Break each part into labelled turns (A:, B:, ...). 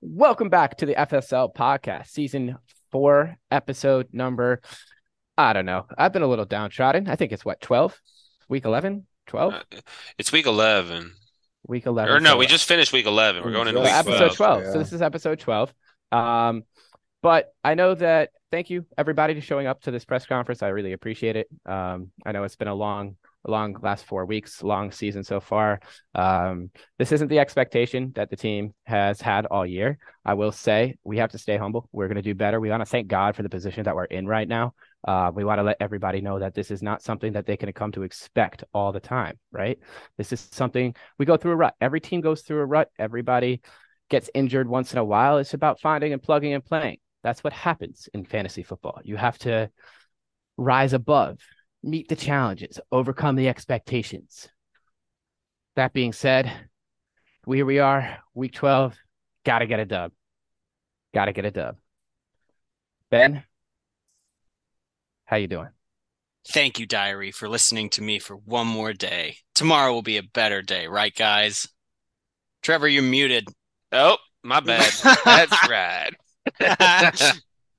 A: Welcome back to the FSL podcast, season four, episode number. I don't know. I've been a little downtrodden. I think it's what, 12? Week 11? 12?
B: Uh, It's week 11.
A: Week 11.
B: Or no,
A: Oh. so-
B: we just finished week 11. We're going into
A: so
B: week
A: episode 12.
B: 12.
A: So this is episode 12. Um, but I know that thank you everybody to showing up to this press conference. I really appreciate it. Um, I know it's been a long, long last four weeks, long season so far. Um, this isn't the expectation that the team has had all year. I will say we have to stay humble. We're going to do better. We want to thank God for the position that we're in right now. Uh, we want to let everybody know that this is not something that they can come to expect all the time, right? This is something we go through a rut. Every team goes through a rut. Everybody gets injured once in a while. It's about finding and plugging and playing. That's what happens in fantasy football. You have to rise above, meet the challenges, overcome the expectations. That being said, here we are, week 12. Got to get a dub. Got to get a dub. Ben, how you doing?
C: Thank you, Diary, for listening to me for one more day. Tomorrow will be a better day, right, guys? Trevor, you're muted.
B: Oh, my bad. That's right.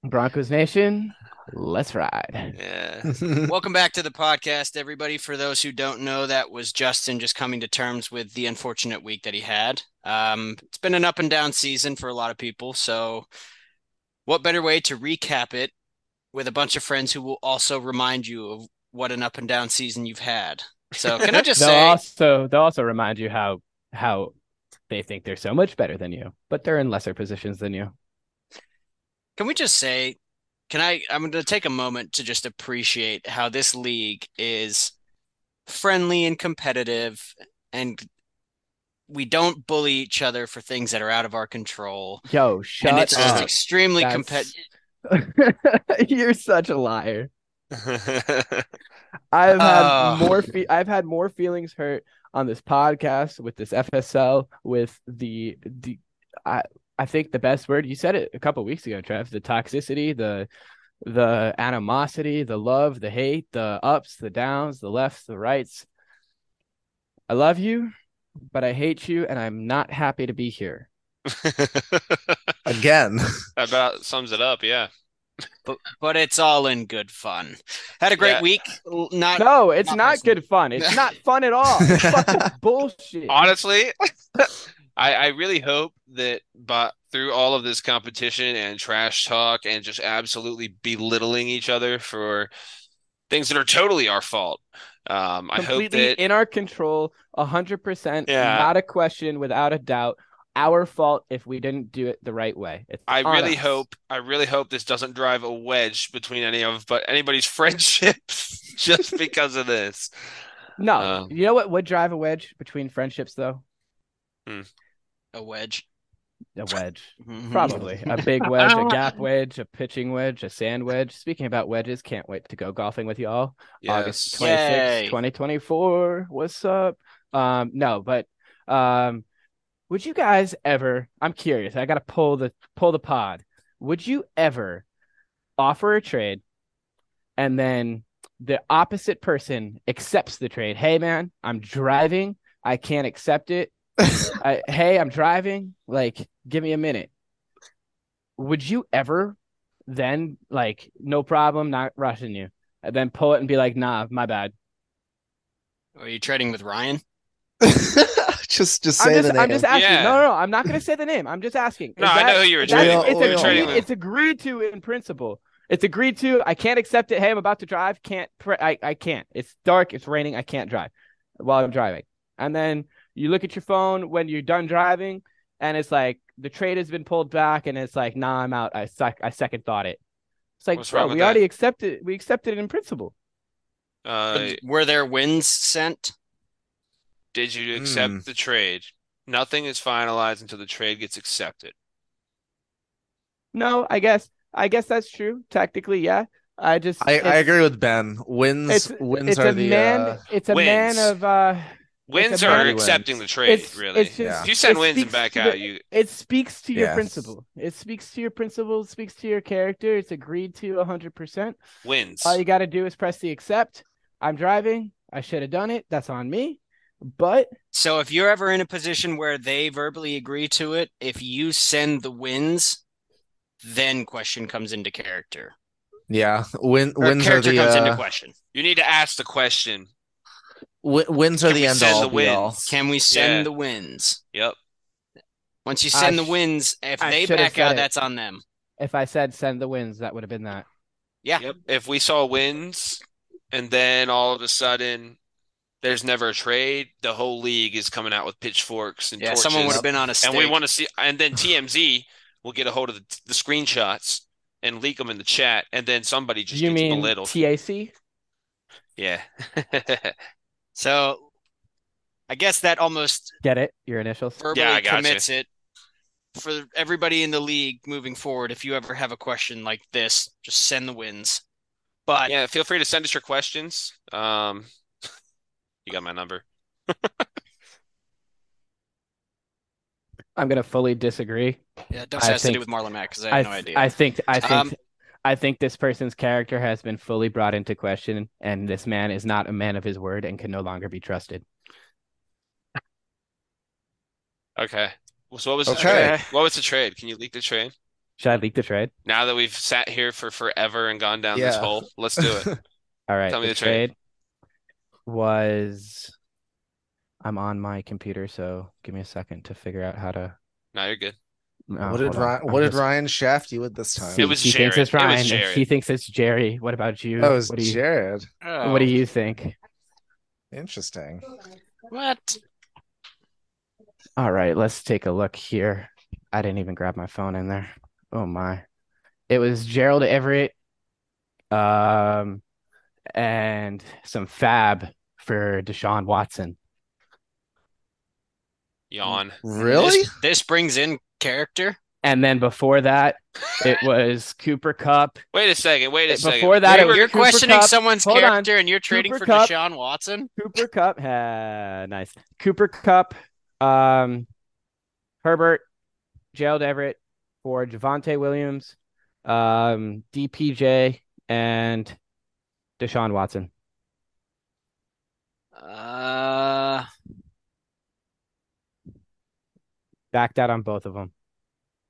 A: Broncos Nation, let's ride.
B: Yeah.
C: Welcome back to the podcast, everybody. For those who don't know, that was Justin just coming to terms with the unfortunate week that he had. Um, it's been an up and down season for a lot of people. So, what better way to recap it with a bunch of friends who will also remind you of what an up and down season you've had? So, can I just
A: They'll
C: say,
A: also they'll also remind you how how they think they're so much better than you, but they're in lesser positions than you.
C: Can we just say, can I? I'm going to take a moment to just appreciate how this league is friendly and competitive, and we don't bully each other for things that are out of our control.
A: Yo, shut
C: and it's just
A: up.
C: extremely
A: That's-
C: competitive.
A: You're such a liar. I've had
C: Oh.
A: more fe- I've had more feelings hurt on this podcast with this FSL with the the I I think the best word you said it a couple weeks ago, Trev, the toxicity, the the animosity, the love, the hate, the ups, the downs, the lefts, the rights. I love you, but I hate you and I'm not happy to be here.
D: Again,
B: That about sums it up. Yeah.
C: But it's all in good fun. Had a great
B: Yeah.
C: week. L- Not
A: No, it's
C: not
A: not,
C: personal.
A: good fun. It's not fun at all. It's fucking bullshit.
B: Honestly, I, I really hope that by, through all of this competition and trash talk and just absolutely belittling each other for things that are totally our fault, um, I hope
A: completely
B: that.
A: in our control, hundred percent,
B: Yeah.
A: not a question, without a doubt. Our fault if we didn't do it the right way. It's
B: I
A: on
B: really
A: us.
B: hope I really hope this doesn't drive a wedge between any of but anybody's friendships just because of this.
A: No,
B: Um,
A: you know what would drive a wedge between friendships, though?
C: a wedge.
A: A wedge,
C: Mhm.
A: probably a big wedge, a gap wedge, a pitching wedge, a sand wedge. Speaking about wedges, can't wait to go golfing with y'all. August
B: Yes.
A: 26th,
C: Yay.
A: 2024. What's up? Um, no, but um, would you guys ever? I'm curious. I gotta pull the pull the pod. Would you ever offer a trade, and then the opposite person accepts the trade? Hey, man, I'm driving. I can't accept it. I, hey, I'm driving. Like, give me a minute. Would you ever then, like, no problem, not rushing you, and then pull it and be like, nah, my bad.
C: Are you trading with Ryan?
D: just just say
A: I'm just,
D: the name.
A: I'm just asking.
B: Yeah.
A: No, no, no, I'm not going to say the name. I'm just asking. Is
B: No, I
A: that-
B: know who you were
A: is that-
B: trading.
D: with.
A: it's,
D: Who you're
A: agreed,
D: trading with.
A: it's agreed to in principle. It's agreed to. I can't accept it. Hey, I'm about to drive. Can't. Pre- I, I can't. It's dark. It's raining. I can't drive while I'm driving. And then you look at your phone when you're done driving, and it's like the trade has been pulled back, and it's like, nah, I'm out. I suck. I second thought it. It's like,
B: What's
A: bro,
B: wrong with
A: we
B: that?
A: already accepted. We accepted it in principle.
B: Uh,
C: Were there wins sent?
B: did you accept
D: Hmm.
B: the trade? Nothing is finalized until the trade gets accepted.
A: No, I guess. I guess that's true. Tactically, yeah. I just.
D: I, I
A: it's-
D: agree with Ben. Wins
A: it's
D: wins
A: it's
D: are
A: a
D: the
A: man
D: uh,
A: it's a man
B: wins.
A: of uh
B: Wins
A: a
B: are
A: money
D: win.
B: accepting the trade,
A: it's
B: really.
A: it's just,
D: Yeah.
B: If you send
A: it
B: wins and
A: speaks
B: back
A: to
B: out,
A: the-
B: you
A: it speaks to your
D: Yes.
A: principle it speaks to your principle speaks to your character it's agreed to 100%
B: wins.
A: all you got to do is press the accept I'm driving. I should have done it. That's on me. But
C: So if you're ever in a position where they verbally agree to it, if you send the wins, then question comes into character.
D: Yeah, win,
C: Or
D: wins are
C: character
D: the
C: comes into
D: uh,
C: question.
B: You need to ask the question.
D: wi- wins are
B: Can we
D: the end
B: send
D: all
B: the
D: be all.
B: wins?
C: Can we send
B: Yeah.
C: the wins?
B: Yep.
C: Once you
A: I
C: send the
A: sh-
C: wins, if
A: I
C: they
A: should have
C: back out,
A: said it.
C: that's on them.
A: if I said send the wins, that would have been that.
C: Yeah.
B: Yep. If we saw wins and then all of a sudden there's never a trade, the whole league is coming out with pitchforks and
C: Yeah, someone would
B: torches.
C: have been on a
B: And we
C: stick.
B: want to see, and then TMZ will get a hold of the, the screenshots and leak them in the chat, and then somebody just
A: you
B: gets
A: mean
B: belittled.
A: TAC?
B: yeah.
C: So I guess that almost
A: Get it? Your initials.
C: verbally
B: I gotcha.
C: commits it for everybody in the league moving forward. If you ever have a question like this, just send the wins. But
B: yeah. Feel free to send us your questions. Um, you got my number.
A: I'm gonna fully disagree.
C: yeah, it does
A: I
C: has to do
A: think-
C: with Marlon Mack because I have
A: I,
C: no
A: th-
C: idea.
A: I think I think
C: Um,
A: I think this person's character has been fully brought into question, and this man is not a man of his word and can no longer be trusted.
B: Okay. Well, so what was the
D: Okay.
B: trade? What was the trade? Can you leak the trade?
A: Should I leak the trade?
B: Now that we've sat here for forever and gone down this
D: Yeah.
B: hole, let's do it.
A: All right.
B: Tell me the trade.
A: trade. was. I'm on my computer, so give me a second to figure out how to.
B: no, you're good.
A: no,
D: what did
A: hold on.
D: Ryan?
A: I'm
D: What did
A: just-
D: Ryan shaft you with this time?
A: See,
B: It was
A: he thinks
B: Jared.
A: it's
B: It was
A: Ryan. and
B: Jared.
A: He thinks it's Jerry. What about you?
D: that was
A: what do you,
D: Jared.
A: What
B: Oh.
A: do you think?
D: Interesting.
C: What?
A: All right, let's take a look here. I didn't even grab my phone in there. Oh my. It was Gerald Everett um and some fab for Deshaun Watson.
B: Yawn.
D: Really?
C: This, this brings in character.
A: And then before that, it was Cooper Cup.
B: Wait a second. Wait a
A: Hey,
B: second.
A: before that,
B: We
A: it
B: were-
A: was-
C: You're
A: Cooper
C: questioning
A: Kupp.
C: someone's
A: Hold on.
C: character and you're trading
A: Cooper
C: for
A: Kupp.
C: Deshaun Watson?
A: Cooper Cup. Ah, nice. Cooper Cup, um Herbert, Gerald Everett for Javante Williams, um DPJ and Deshaun Watson.
C: Uh,
A: backed out on both of them.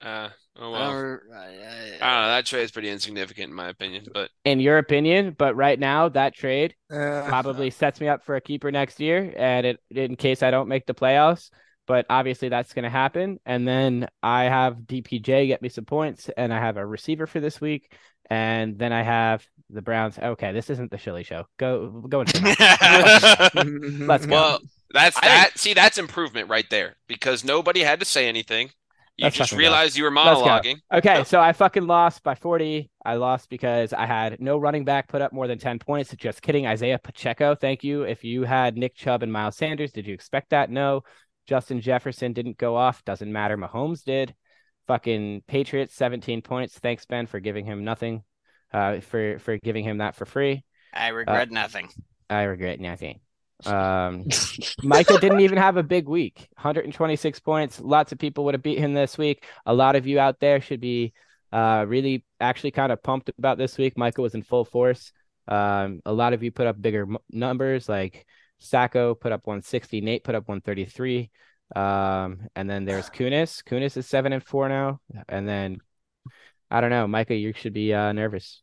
B: uh, oh, well.
C: or- uh,
B: I
D: uh,
B: don't know. That trade's pretty insignificant in my opinion, but
A: In your opinion, but right now that trade
D: Uh,
A: probably sets me up for a keeper next year, and it in case I don't make the playoffs. But obviously that's going to happen, and then I have DPJ get me some points, and I have a receiver for this week, and then I have the Browns. Okay, this isn't the Shilly Show. Go go and Let's go.
B: Well, that's
C: I
B: that. See, that's improvement right there because nobody had to say anything. You
A: That's
B: just
A: fucking
B: realized you were
A: Let's go.
B: monologuing.
A: Okay, so I fucking lost by 40. I lost because I had no running back put up more than 10 points. Just kidding. Isaiah Pacheco, thank you. If you had Nick Chubb and Miles Sanders, did you expect that? No. Justin Jefferson didn't go off. Doesn't matter. Mahomes did. Fucking Patriots, 17 points. Thanks, Ben, for giving him nothing. Uh, for for giving him that for free.
C: I regret nothing.
A: I regret nothing. Um, Micah didn't even have a big week. 126 points. Lots of people would have beat him this week. A lot of you out there should be uh, really actually kind of pumped about this week. Micah was in full force. Um, a lot of you put up bigger m- numbers, like Sacco put up 160, Nate put up 133. Um, and then there's Kunis. Kunis is seven and four now. And then I don't know, Micah, you should be uh, nervous.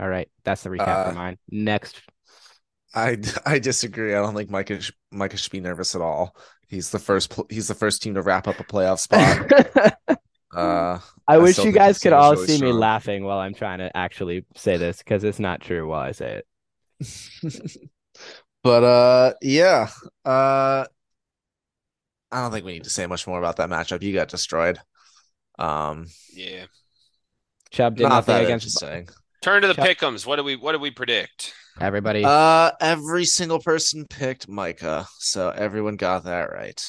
A: All right, that's the recap
D: Uh,
A: for mine. Next
D: I I disagree. I don't think Micah sh- Micah should be nervous at all. He's the first. Pl- he's the first team to wrap up a playoff spot.
A: I
D: Uh, I
A: wish
D: still
A: you
D: think
A: guys
D: this
A: could
D: team is
A: all
D: really
A: see me
D: strong.
A: laughing while I'm trying to actually say this because it's not true while I say it.
D: but uh, yeah. Uh, I don't think we need to say much more about that matchup. You got destroyed. Um,
B: Yeah.
A: Chubb did
D: not
A: nothing
D: that
A: against
D: interesting.
B: Turn to the
A: Chuck-
B: pickums. What do we? What do we predict?
A: everybody.
D: Uh, every single person picked Micah, so everyone got that right.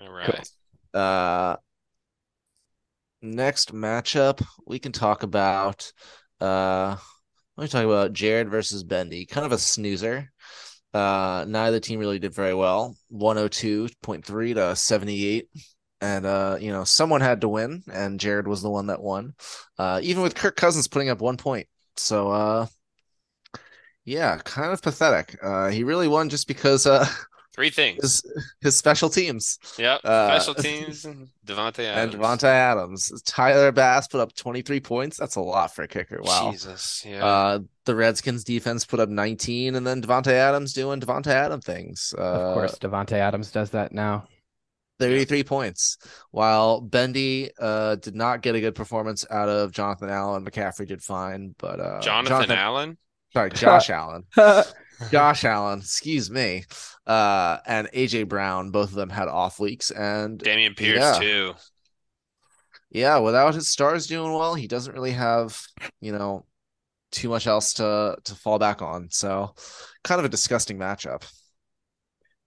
B: All right.
D: Uh, next matchup we can talk about. Uh, let me talk about Jared versus Bendy. Kind of a snoozer. Uh, neither team really did very well. One hundred two point three to seventy eight. And uh, you know, someone had to win, and Jared was the one that won. Uh, even with Kirk Cousins putting up one point, so uh, Yeah, kind of pathetic. Uh, he really won just because uh,
B: Three things.
D: his his special teams
B: Yep.
D: uh,
B: Special teams. Devontae
D: and
B: Adams.
D: Devontae Adams, Tyler Bass put up 23 points. That's a lot for a kicker. Wow.
B: Jesus. Yeah.
D: Uh, the Redskins defense put up 19, and then Devontae Adams doing Devontae Adam things. Uh,
A: Of course, Devonte Adams does that now.
D: 33 points. While Bendy uh, did not get a good performance out of Jonathan Allen, McCaffrey did fine, but uh,
B: Jonathan, Allen.
D: sorry, Josh Allen, Josh Allen, excuse me, uh, and AJ Brown, both of them had off weeks, and
B: Damian Pierce
D: Yeah.
B: too.
D: yeah, without his stars doing well, he doesn't really have, you know, too much else to to fall back on. So, kind of a disgusting matchup.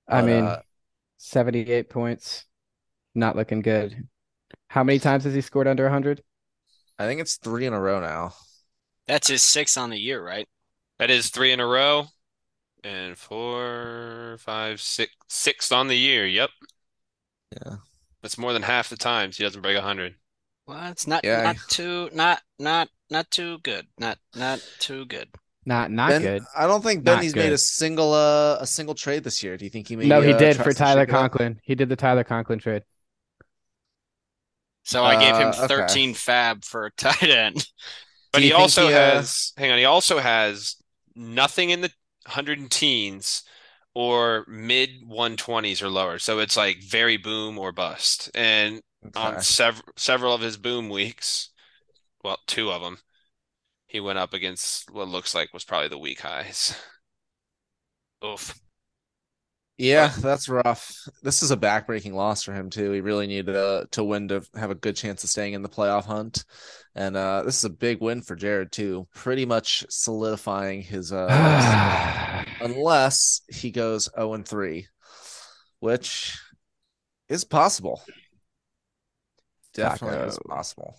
A: I
D: But,
A: mean,
D: uh,
A: 78 points, not looking good. How many times has he scored under 100?
D: I think it's three in a row now.
C: That's his sixth on the year, right?
B: That is three in a row. And four, five, six, sixth on the year. Yep.
D: Yeah.
B: That's more than half the times he doesn't break 100.
C: Well, it's not
D: Yeah.
C: not too not not not too good. Not not too good.
A: Not not
D: Ben-
A: good.
D: I don't think
A: Not
D: Bendy's made
A: good.
D: a single uh a single trade this year. Do you think he uh, made?
A: no, he did for Tyler Conklin. He did the Tyler Conklin trade.
C: So I gave him
D: Uh, okay.
C: 13 fab for a tight end.
B: But
D: you
B: he
D: think
B: also
D: he, uh,
B: has, hang on, he also has nothing in the hundred and teens or mid 120s or lower. So it's like very boom or bust. And on sev several of his boom weeks, well, two of them, he went up against what looks like was probably the weak highs. Oof.
D: Yeah, that's rough. This is a backbreaking loss for him too. He really needed uh, to win to have a good chance of staying in the playoff hunt, and uh, this is a big win for Jared too. Pretty much solidifying his uh, unless he goes zero and three, which is possible. Definitely is
A: Taco.
D: possible.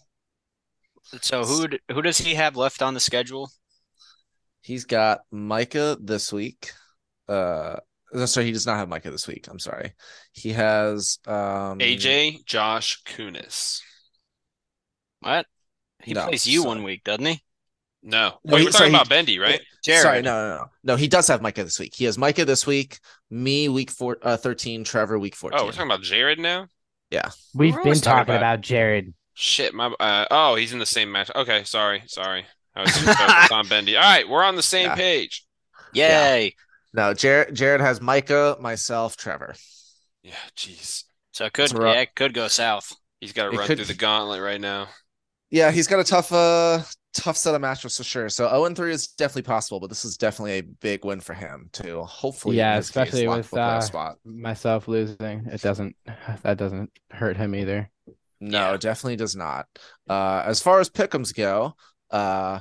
C: So who d- who does he have left on the schedule?
D: He's got Micah this week. Uh, no, sorry, he does not have Micah this week. I'm sorry. He has um
B: AJ Josh Kunis.
C: What? He
D: No,
C: plays you
D: sorry.
C: one week, doesn't he?
B: No.
D: No,
B: Wait,
D: he-
B: we're
D: so
B: talking
D: he-
B: about Bendy, right?
C: Jared.
D: Sorry, no, no, no, no. He does have Micah this week. He has Micah this week. Me week four, uh, thirteen. Trevor week fourteen.
B: Oh, we're talking about Jared now?
A: We've
B: We're
A: been
B: always talking
A: talking
B: about-
A: about Jared.
B: Shit, my uh, oh, he's in the same match. Okay, sorry, sorry. I was too focused on Bendy. All right, we're on the same
D: Yeah.
B: page.
D: Yeah.
C: Yay.
D: no. Jared, Jared has Micah, myself, Trevor.
B: Yeah, jeez.
C: So it could
D: It's rough.
C: yeah, it could go south.
B: He's got to
D: It
B: run
D: could-
B: through the gauntlet right now.
D: Yeah, he's got a tough, uh, tough set of matchups for sure. So zero and three is definitely possible, but this is definitely a big win for him too. Hopefully, in
A: Yeah,
D: his case,
A: especially
D: lock
A: with,
D: for a playoff
A: uh,
D: spot.
A: Myself losing, it doesn't that doesn't hurt him either.
D: No,
C: Yeah.
D: definitely does not. Uh, as far as pickums go, uh,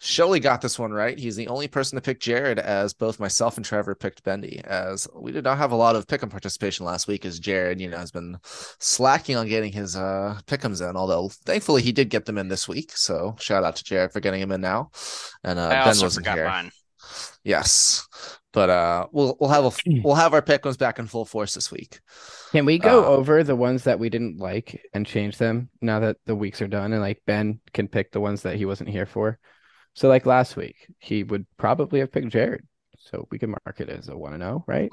D: Shelly got this one right. He's the only person to pick Jared, as both myself and Trevor picked Bendy. As we did not have a lot of pickum participation last week, as Jared, you know, has been slacking on getting his uh pickums in. Although thankfully he did get them in this week, so shout out to Jared for getting him in now. And uh,
C: I
D: Ben
C: also
D: wasn't
C: forgot
D: here.
C: mine.
D: Yes, but uh, we'll we'll have a f- we'll have our pickums back in full force this week.
A: Can we go
D: Uh,
A: over the ones that we didn't like and change them now that the weeks are done and like Ben can pick the ones that he wasn't here for? So like last week, he would probably have picked Jared. So we can mark it as a one and oh, right?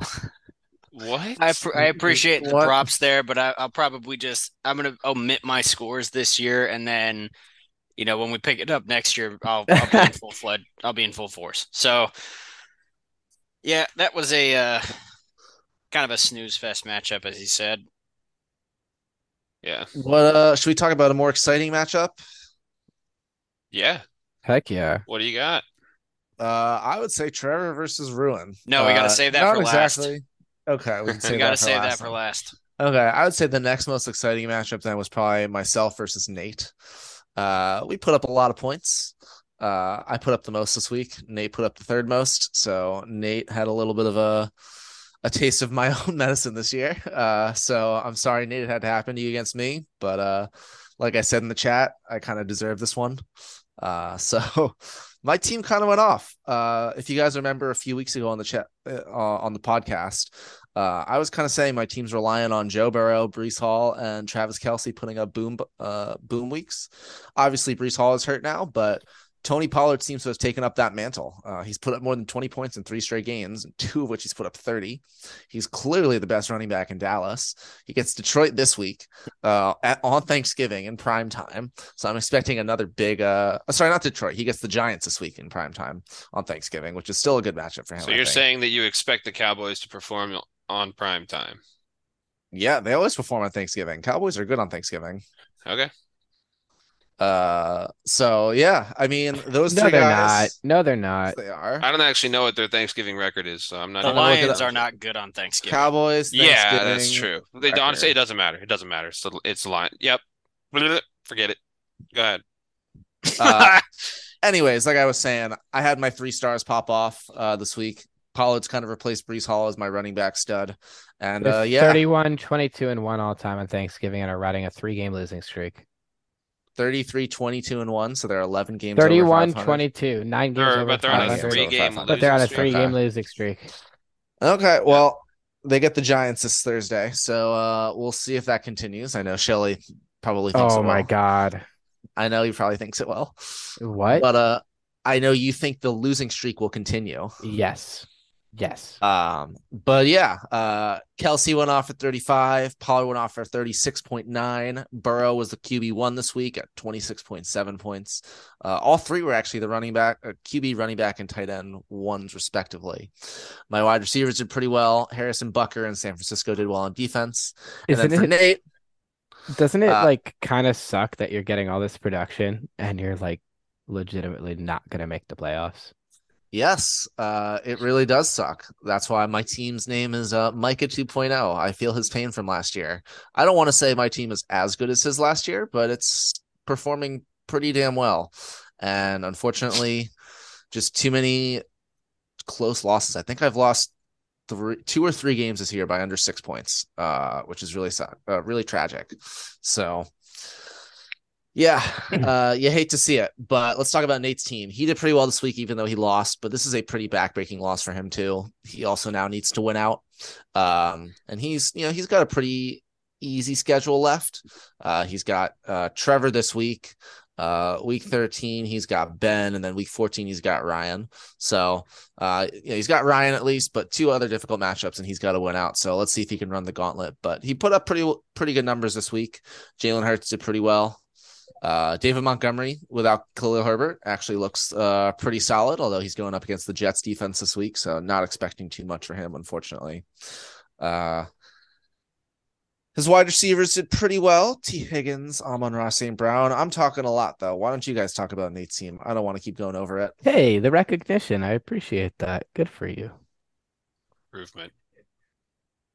B: What?
C: I, pr- I appreciate the
D: What?
C: props there, but I, I'll probably just I'm gonna omit my scores this year, and then you know when we pick it up next year, I'll, I'll be in full flood. I'll be in full force. So yeah, that was a uh, kind of a snooze fest matchup, as he said.
B: yeah,
D: What uh, should we talk about a more exciting matchup?
B: yeah.
A: Heck yeah.
B: What do you got?
D: Uh, I would say Trevor versus Ruin.
C: No, we gotta
D: Uh,
C: save that
D: not
C: for last.
D: exactly. Okay, we can save
C: we
D: that
C: gotta
D: for
C: save
D: last
C: that for
D: then.
C: last.
D: Okay, I would say the next most exciting matchup then was probably myself versus Nate. Uh, we put up a lot of points. Uh, I put up the most this week. Nate put up the third most. So Nate had a little bit of a a taste of my own medicine this year. Uh, so I'm sorry, Nate, it had to happen to you against me. But uh, like I said in the chat, I kind of deserve this one. Uh, so my team kind of went off. Uh, if you guys remember a few weeks ago on the chat uh, on the podcast, uh, I was kind of saying my team's relying on Joe Burrow, Brees Hall, and Travis Kelsey putting up boom uh boom weeks. Obviously, Brees Hall is hurt now, but Tony Pollard seems to have taken up that mantle. Uh, he's put up more than 20 points in three straight games, and two of which he's put up 30. He's clearly the best running back in Dallas. He gets Detroit this week uh, at, on Thanksgiving in prime time. So I'm expecting another big. Uh, sorry, not Detroit. He gets the Giants this week in prime time on Thanksgiving, which is still a good matchup for him.
B: So
D: I
B: you're
D: think.
B: saying that you expect the Cowboys to perform on prime time?
D: Yeah, they always perform on Thanksgiving. Cowboys are good on Thanksgiving.
B: Okay.
D: Uh, so yeah, I mean those
A: No,
D: three
A: they're not.
D: guys.
A: No, they're not.
D: They are.
B: I don't actually know what their Thanksgiving record is, so I'm not.
C: The
D: I'm gonna look it
C: Lions
D: up.
C: are not good on Thanksgiving.
D: Cowboys.
B: yeah, that's
D: Thanksgiving.
B: true. They honestly,
D: record.
B: it doesn't matter. It doesn't matter. It's the it's the line. Yep. Forget it. Go ahead.
D: Uh, anyways, like I was saying, I had my three stars pop off uh this week. Pollard's kind of replaced Brees Hall as my running back stud, and uh
A: They're
D: yeah,
A: 31, 22, and one all time on Thanksgiving and are riding a three game losing streak.
D: 33, 22, and one. So they're eleven games. over
A: 31,
D: 500.
A: 22, nine games.
B: They're-
A: over
B: but they're on a
A: 500.
B: three game
D: But
A: But they're on a
B: losing
A: three
B: streak.
A: game losing streak.
D: Okay, well, they get the Giants this Thursday, so uh we'll see if that continues. I know Shelly probably thinks
A: Oh
D: it
A: my
D: will.
A: God.
D: I know he probably thinks it will.
A: What?
D: But uh I know you think the losing streak will continue.
A: yes. Yes.
D: Um, but yeah, uh, Kelsey went off at 35, Pollard went off for 36.9. Burrow was the QB one this week at 26.7 points. Uh, all three were actually the running back, uh, QB, running back, and tight end ones, respectively. My wide receivers did pretty well. Harrison Bucker and San Francisco did well on defense. And
A: Isn't
D: then for
A: it,
D: Nate,
A: doesn't it
D: uh,
A: like kind of suck that you're getting all this production and you're like legitimately not going to make the playoffs?
D: yes, uh, it really does suck. That's why my team's name is uh, Micah 2.0. I feel his pain from last year. I don't want to say my team is as good as his last year, but it's performing pretty damn well. And unfortunately, just too many close losses. I think I've lost three, two or three games this year by under six points, uh, which is really sad, uh, really tragic. So, yeah, uh, you hate to see it. But let's talk about Nate's team. He did pretty well this week, even though he lost. But this is a pretty backbreaking loss for him too. He also now needs to win out, um, and he's you know he's got a pretty easy schedule left. Uh, he's got uh, Trevor this week. Uh, week 13, he's got Ben, and then week 14, he's got Ryan. So, uh, you know, he's got Ryan at least, but two other difficult matchups, and he's got to win out. So let's see if he can run the gauntlet. But he put up pretty pretty good numbers this week. Jalen Hurts did pretty well. Uh, David Montgomery without Khalil Herbert actually looks uh pretty solid, although he's going up against the Jets defense this week, so not expecting too much for him, unfortunately. Uh, his wide receivers did pretty well. T. Higgins, Amon Ross St. Brown. I'm talking a lot though. Why don't you guys talk about Nate's team? I don't want to keep going over it.
A: Hey, the recognition. I appreciate that. Good for you.
B: Improvement.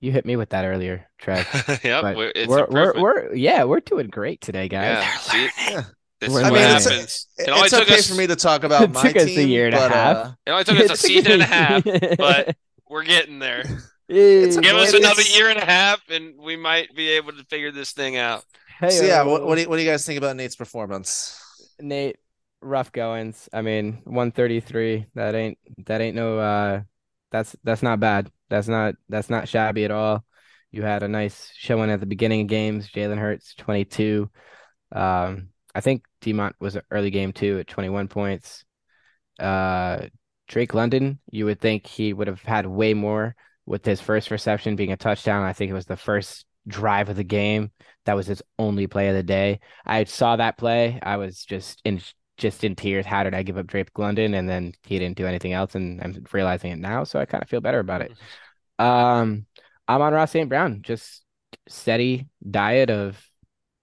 A: You hit me with that earlier, Trev.
B: yep.
A: but
B: we're- It's
A: we're, we're,
B: improvement.
A: we're, yeah, we're doing great today, guys.
B: yeah. See,
C: learning.
A: We're
B: this is what
A: learning.
D: I mean,
B: happens. It only
D: it's
B: took
D: okay
B: us-
D: for me to talk about
A: It
D: my
A: took us a
D: team,
A: year and a
D: but,
A: half.
D: uh,
B: It only took us a season and a half. but- We're getting there. Give us
D: Maybe
B: another
D: it's-
B: year and a half, and we might be able to figure this thing out.
D: so yeah, what,
A: Heyo.
D: what, do you, what do you guys think about Nate's performance?
A: Nate, rough goings. I mean, 133. That ain't that ain't no uh that's that's not bad. That's not that's not shabby at all. You had a nice showing at the beginning of games. Jalen Hurts, 22. Um, I think Demont was an early game too at 21 points. Uh, Drake London, you would think he would have had way more with his first reception being a touchdown. I think it was the first drive of the game. That was his only play of the day. I saw that play. I was just in just in tears. How did I give up Drake London? And then he didn't do anything else. And I'm realizing it now, so I kind of feel better about it.
C: Mm-hmm.
A: Um, I'm on Ross St. Brown. Just steady diet of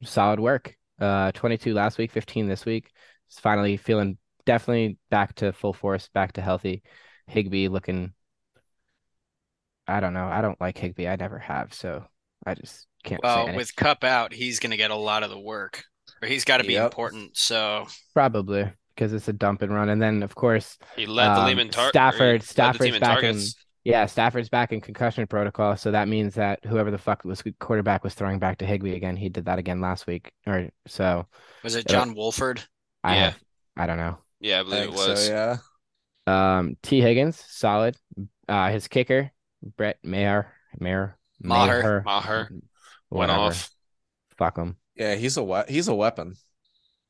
A: solid work. Uh, 22 last week, 15 this week. It's finally feeling definitely back to full force, back to healthy. Higby looking. I don't know. I don't like Higby. I never have, so I just can't say
C: Well,
A: anything.
C: with Cup out, he's going to get a lot of the work, or he's got to be
D: Yep.
C: important. So
A: Probably because it's a dump and run, and then of course,
B: He led the
A: Um,
B: Lehman Tar- or he
A: Stafford-
B: led the
A: Stafford's
B: team in
A: back in-
B: targets.
A: yeah, Stafford's back in concussion protocol, so that means that whoever the fuck was quarterback was throwing back to Higby again. He did that again last week, or so.
C: was it
A: Yeah.
C: John Wolford?
A: I
B: Yeah.
A: have- I don't know.
B: Yeah, I
D: I
B: believe it
D: think
B: was.
D: So, yeah.
A: Um, T. Higgins, solid. Uh, his kicker, Brett Mayer, Mayer,
C: Maher.
B: Maher. Went
A: whatever.
B: off.
A: Fuck him.
D: Yeah, he's a we- he's a weapon.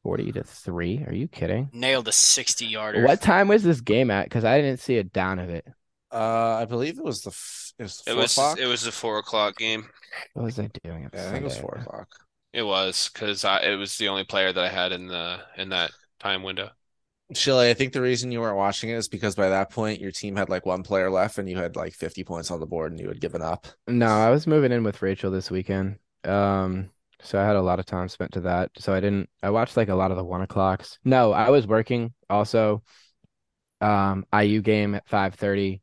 A: forty to three. Are you kidding?
C: Nailed a 60 yarder.
A: What time was this game at? Because I didn't see a down of it.
D: Uh, I believe it was the f- it was the
B: It
D: four
B: was
D: o'clock.
B: it was a four o'clock game.
A: What was I doing? on
D: yeah, I think it was
A: Sunday?
D: four o'clock.
B: It was because I it was the only player that I had in the in that time window.
D: Shelley, I think the reason you weren't watching it is because by that point your team had like one player left and you had like 50 points on the board and you had given up.
A: No, I was moving in with Rachel this weekend. Um, so I had a lot of time spent to that. So I didn't, I watched like a lot of the one o'clocks. No, I was working also. Um, IU game at 5:30.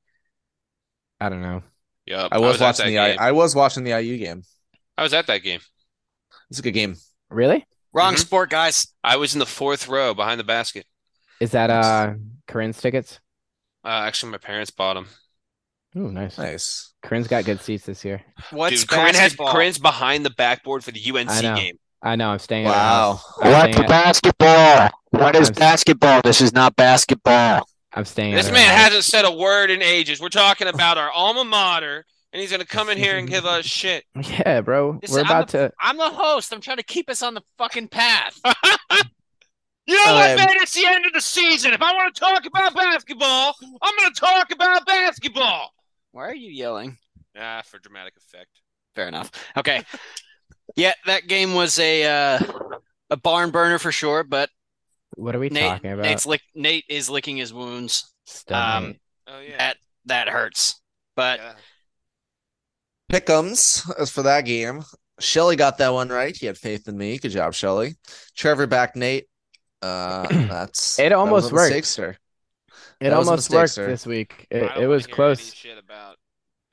A: I don't know.
B: Yep,
D: I was,
B: at
D: watching
B: that
D: the I,
B: game.
D: I was watching the IU game.
B: I was at that game.
D: It's a good game.
A: Really?
C: Wrong
D: Mm-hmm.
B: Mhm.
C: sport, guys.
B: I was in the fourth row behind the basket.
A: Is that
D: Nice.
A: uh Corinne's tickets?
B: Uh, actually, my parents bought them.
A: Ooh, nice.
D: Nice.
A: Corinne's got good seats this year.
C: What's
B: Dude, Corinne has
C: basketball?
B: Corinne's behind the backboard for the UNC
A: I know.
B: game.
A: I know. I'm staying at her
D: Wow.
A: house. I'm
E: What's
A: staying at,
E: basketball? What is
A: I'm s-
E: basketball? This is not basketball.
A: I'm staying at
B: This
A: her
B: man
A: house.
B: hasn't said a word in ages. We're talking about our alma mater, and he's gonna come in here and give us shit.
A: Yeah, bro.
C: This-
A: We're
C: I'm
A: about to.
C: I'm the host. I'm trying to keep us on the fucking path.
B: You know what,
D: Um,
B: man? It's the end of the season. If I want to talk about basketball, I'm gonna talk about basketball.
C: Why are you yelling?
B: Ah, for dramatic effect.
C: Fair enough. Okay. yeah, that game was a uh, a barn burner for sure, but
A: What are we
C: Nate
A: talking about?
C: Nate's lick, Nate is licking his wounds.
A: Stop
C: um,
A: it.
B: Oh yeah.
C: That that hurts. But
B: Yeah.
D: Pickums as for that game. Shelly got that one right. He had faith in me. Good job, Shelly. Trevor back Nate. Uh that's
A: It
D: that was
A: almost
D: a
A: worked.
D: mistake, sir.
A: It
D: that was a
A: almost
D: mistake,
A: worked
D: sir.
A: this week.
B: I
A: It,
B: don't
A: it
B: wanna
A: was
B: hear
A: close.
B: Any shit about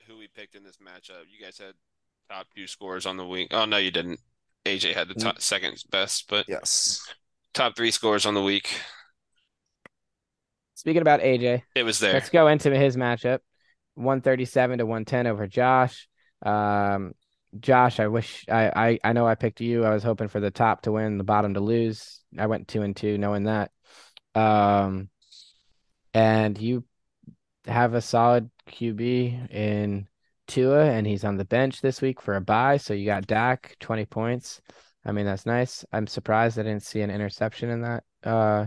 B: who we picked in this matchup. You guys had top two scores on the week. Oh no, you didn't. AJ had the top,
A: Mm.
B: second best, but
D: Yes.
B: top three scores on the week.
A: Speaking about AJ,
B: It was there.
A: Let's go into his matchup. 137 to 110 over Josh. Um, Josh, I wish I, I I know I picked you. I was hoping for the top to win, the bottom to lose. I went two and two, knowing that. Um, and you have a solid QB in Tua, and he's on the bench this week for a bye. So you got Dak, 20 points. I mean, that's nice. I'm surprised I didn't see an interception in that. Uh,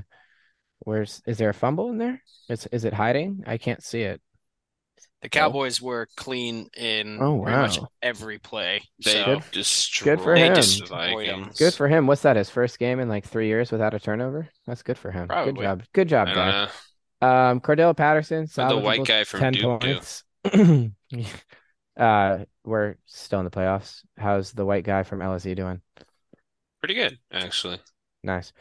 A: where's is there a fumble in there? Is is it hiding? I can't see it.
C: the Cowboys were clean in
A: Oh,
C: pretty much
A: wow.
C: every play.
B: They
C: so
B: destroyed
A: for
B: they
A: him.
B: destroyed
C: Good
B: him.
A: Good for him. What's that? His first game in like three years without a turnover. That's good for him. Good
B: Probably.
A: job. Good
B: I
A: job,
B: don't
A: Dak.
B: know.
A: Um, Cordell Patterson,
B: What the
A: solid with
B: white
A: both
B: guy from
A: 10
B: Duke do?
A: points. uh, we're still in the playoffs. How's the white guy from LSU doing?
B: Pretty good, actually.
A: Nice.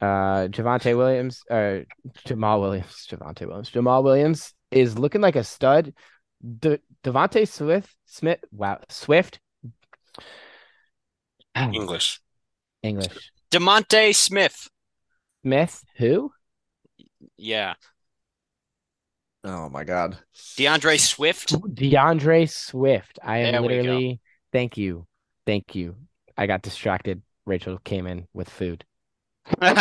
A: Uh, Javante Williams, or Jamal Williams, Javante Williams, Jamal Williams is looking like a stud. De- Devontae Swift, Smith, wow, Swift, Hmm.
B: English.
A: English,
C: Demonte Smith.
A: Smith, who?
C: Yeah.
D: Oh my god.
C: DeAndre Swift.
A: DeAndre Swift. I am
C: There we go.
A: literally. Thank you. Thank you. I got distracted. Rachel came in with food.
B: This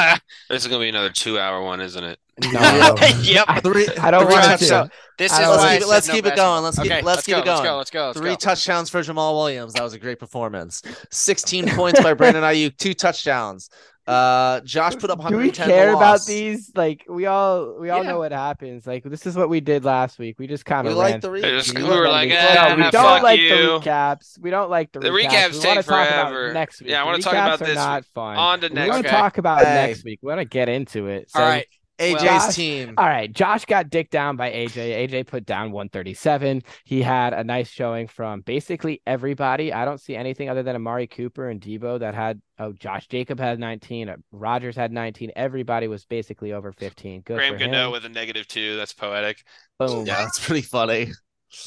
B: is gonna be another two hour one, isn't it?
A: No.
C: yep.
D: Three
A: I don't
D: three
A: want to.
D: touchdowns.
C: This is
A: I
C: why
A: don't-
D: Let's
C: I
D: keep it- let's keep
C: said no
D: it
C: basketball.
D: going. Let's keep-
C: okay,
D: let's
C: let's
D: keep
C: go,
D: it
C: Let's
D: going.
C: go. Let's go. Let's
D: Three
C: go.
D: touchdowns for Jamal Williams. That was a great performance. 16 points by Brandon Ayuk, two touchdowns. Uh, Josh put up
A: Do we
D: 110.
A: care
D: the
A: about
D: loss.
A: these? Like we all we all
C: Yeah.
A: know what happens. Like this is what we did last week. We just kind
D: We
A: of
D: like the
B: They just-
D: reach.
B: we were like,
A: no,
B: eh,
A: we don't
B: fuck
A: like the
B: you.
A: recaps. We don't like the,
B: The
A: recaps.
B: recaps
A: We
B: take
A: wanna talk about
B: forever.
A: next week.
B: Yeah, I
A: The
B: wanna talk
A: recaps
B: about
A: are
B: this
A: not fun.
B: On to
A: we want
B: next.
A: to
C: Okay.
A: talk about
D: Hey.
A: next week. We want to get into it. So
C: All right.
D: AJ's
A: Josh-
D: team.
A: All right, Josh got dicked down by AJ. AJ put down 137. He had a nice showing from basically everybody. I don't see anything other than Amari Cooper and Debo that had. Oh, Josh Jacob had 19. uh, Rogers had 19. Everybody was basically over 15. Good
B: Graham
A: for him.
B: Gano with a negative two. That's poetic.
A: Boom.
D: Yeah, that's pretty funny.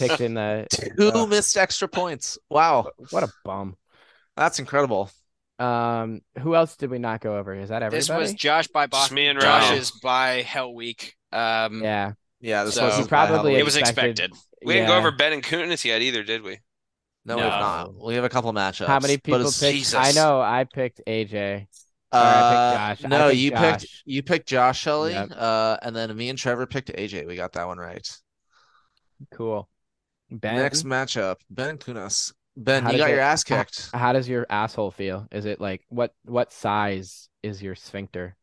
A: Picked in the.
D: Two
A: Ugh.
D: missed extra points. Wow,
A: What a bum.
D: that's incredible.
A: Um, who else did we not go over? Is that everybody?
C: This was Josh by
B: Just
C: Boston.
B: me and
C: Josh
B: Ryan.
C: is by Hell Week. Um,
A: yeah,
D: Yeah, this
C: So,
D: was
A: probably
C: it was
A: Expected.
C: expected.
B: We didn't go
A: yeah.
B: over Ben and Kunis yet either, did we?
D: No, we have
C: No.
D: not. We have a couple matchups.
A: How many
D: but
A: people
D: it's-
A: picked?
C: Jesus.
A: I know I picked AJ. Sorry, I
D: Uh,
A: picked Josh. I
D: no,
A: picked
D: you
A: Josh.
D: picked you picked Josh Shelley,
A: Yep.
D: uh, and then me and Trevor picked AJ. We got that one right.
A: Cool. Ben,
D: Next matchup, Ben Kunas. Ben,
A: How
D: you
A: did
D: got
A: your-
D: your ass kicked.
A: how does your asshole feel? Is it like what what size is your sphincter?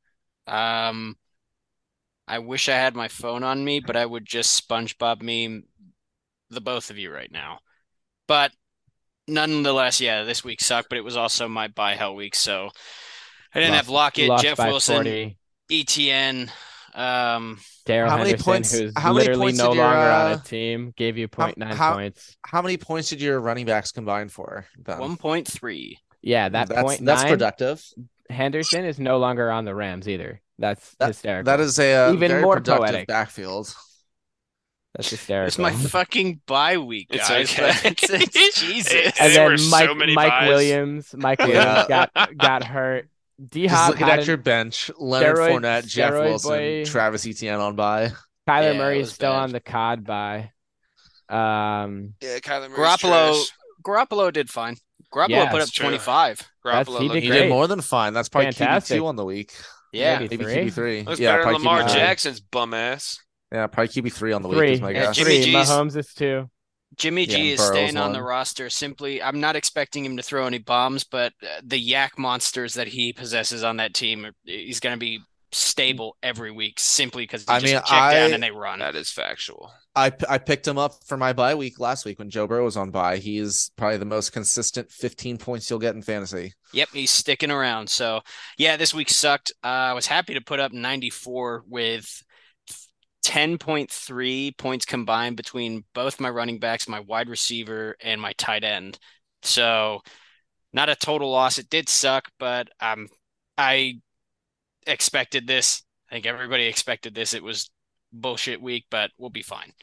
C: Um, I wish I had my phone on me, but I would just SpongeBob meme the both of you right now. But nonetheless, yeah, this week sucked, but it was also my buy hell week, so I didn't
A: Lost-
C: have Lockett,
A: Lost
C: Jeff
A: by
C: Wilson,
A: 40.
C: ETN. E Um,
A: Daryl
D: How many
A: Henderson,
D: points-
A: who's
D: how many
A: literally
D: points
A: no
D: did your,
A: longer on
D: uh,
A: a team, gave you
D: how-
A: 0.9
D: how-
A: points.
D: How many points did your running backs combine for? Ben?
C: 1.3.
A: Yeah, that
D: that's,
A: point
D: that's
A: nine,
D: productive.
A: Henderson is no longer on the Rams either. That's
D: That-
A: hysterical.
D: That is a uh,
A: Even
D: very
A: more
D: productive
A: poetic.
D: backfield.
A: that's hysterical.
C: It's my fucking bye week,
B: It's
C: guys.
B: okay.
C: but it's- it's- Jesus.
B: There
A: and then
B: were so
A: Mike,
B: many
A: Mike
B: buys.
A: Williams, Mike Williams got got hurt. D
D: Just
A: Hop
D: looking
A: had
D: at
A: an-
D: your bench: Leonard
A: steroid-
D: Fournette, Jeff
A: steroid
D: Wilson,
A: boy.
D: Travis Etienne on by.
A: Kyler
C: Yeah, it
A: Murray's
C: was
A: still
C: bad.
A: on the COD by. Um,
B: Yeah, Kyler Murray's
C: Garoppolo,
B: trash.
C: Garoppolo did fine. Garoppolo
A: Yeah,
C: put up
B: that's true.
C: 25.
A: That's-
B: Garoppolo
A: he
B: looked
A: did
D: He
B: good.
A: great.
D: did more than fine. That's probably QB
A: Fantastic.
D: two on the week.
C: Yeah.
A: Maybe
D: Maybe
A: three?
D: QB three.
B: Looks
D: Yeah,
B: better than
D: probably
B: Lamar
D: QB three.
B: Jackson's bum ass.
D: Yeah, probably QB three on the week
A: three,
D: is my
A: yeah,
D: guess.
A: three.
B: Jimmy G's-
A: Mahomes is two.
C: Jimmy
D: Yeah,
C: G
D: and
C: is
D: Burrow's
C: staying on the
D: one.
C: roster. Simply, I'm not expecting him to throw any bombs, but uh, the yak monsters that he possesses on that team, are- he's going to be stable every week simply because they
D: I
C: just
D: mean,
C: check down
D: I-
C: and they run.
B: That is factual.
D: I p- I picked him up for my bye week last week when Joe Burrow was on bye. He is probably the most consistent 15 points you'll get in fantasy.
C: Yep, he's sticking around. So, yeah, this week sucked. Uh, I was happy to put up 94 with 10.3 points combined between both my running backs, my wide receiver, and my tight end. So, not a total loss. It did suck, but um, I expected this. I think everybody expected this. It was bullshit week, but we'll be fine.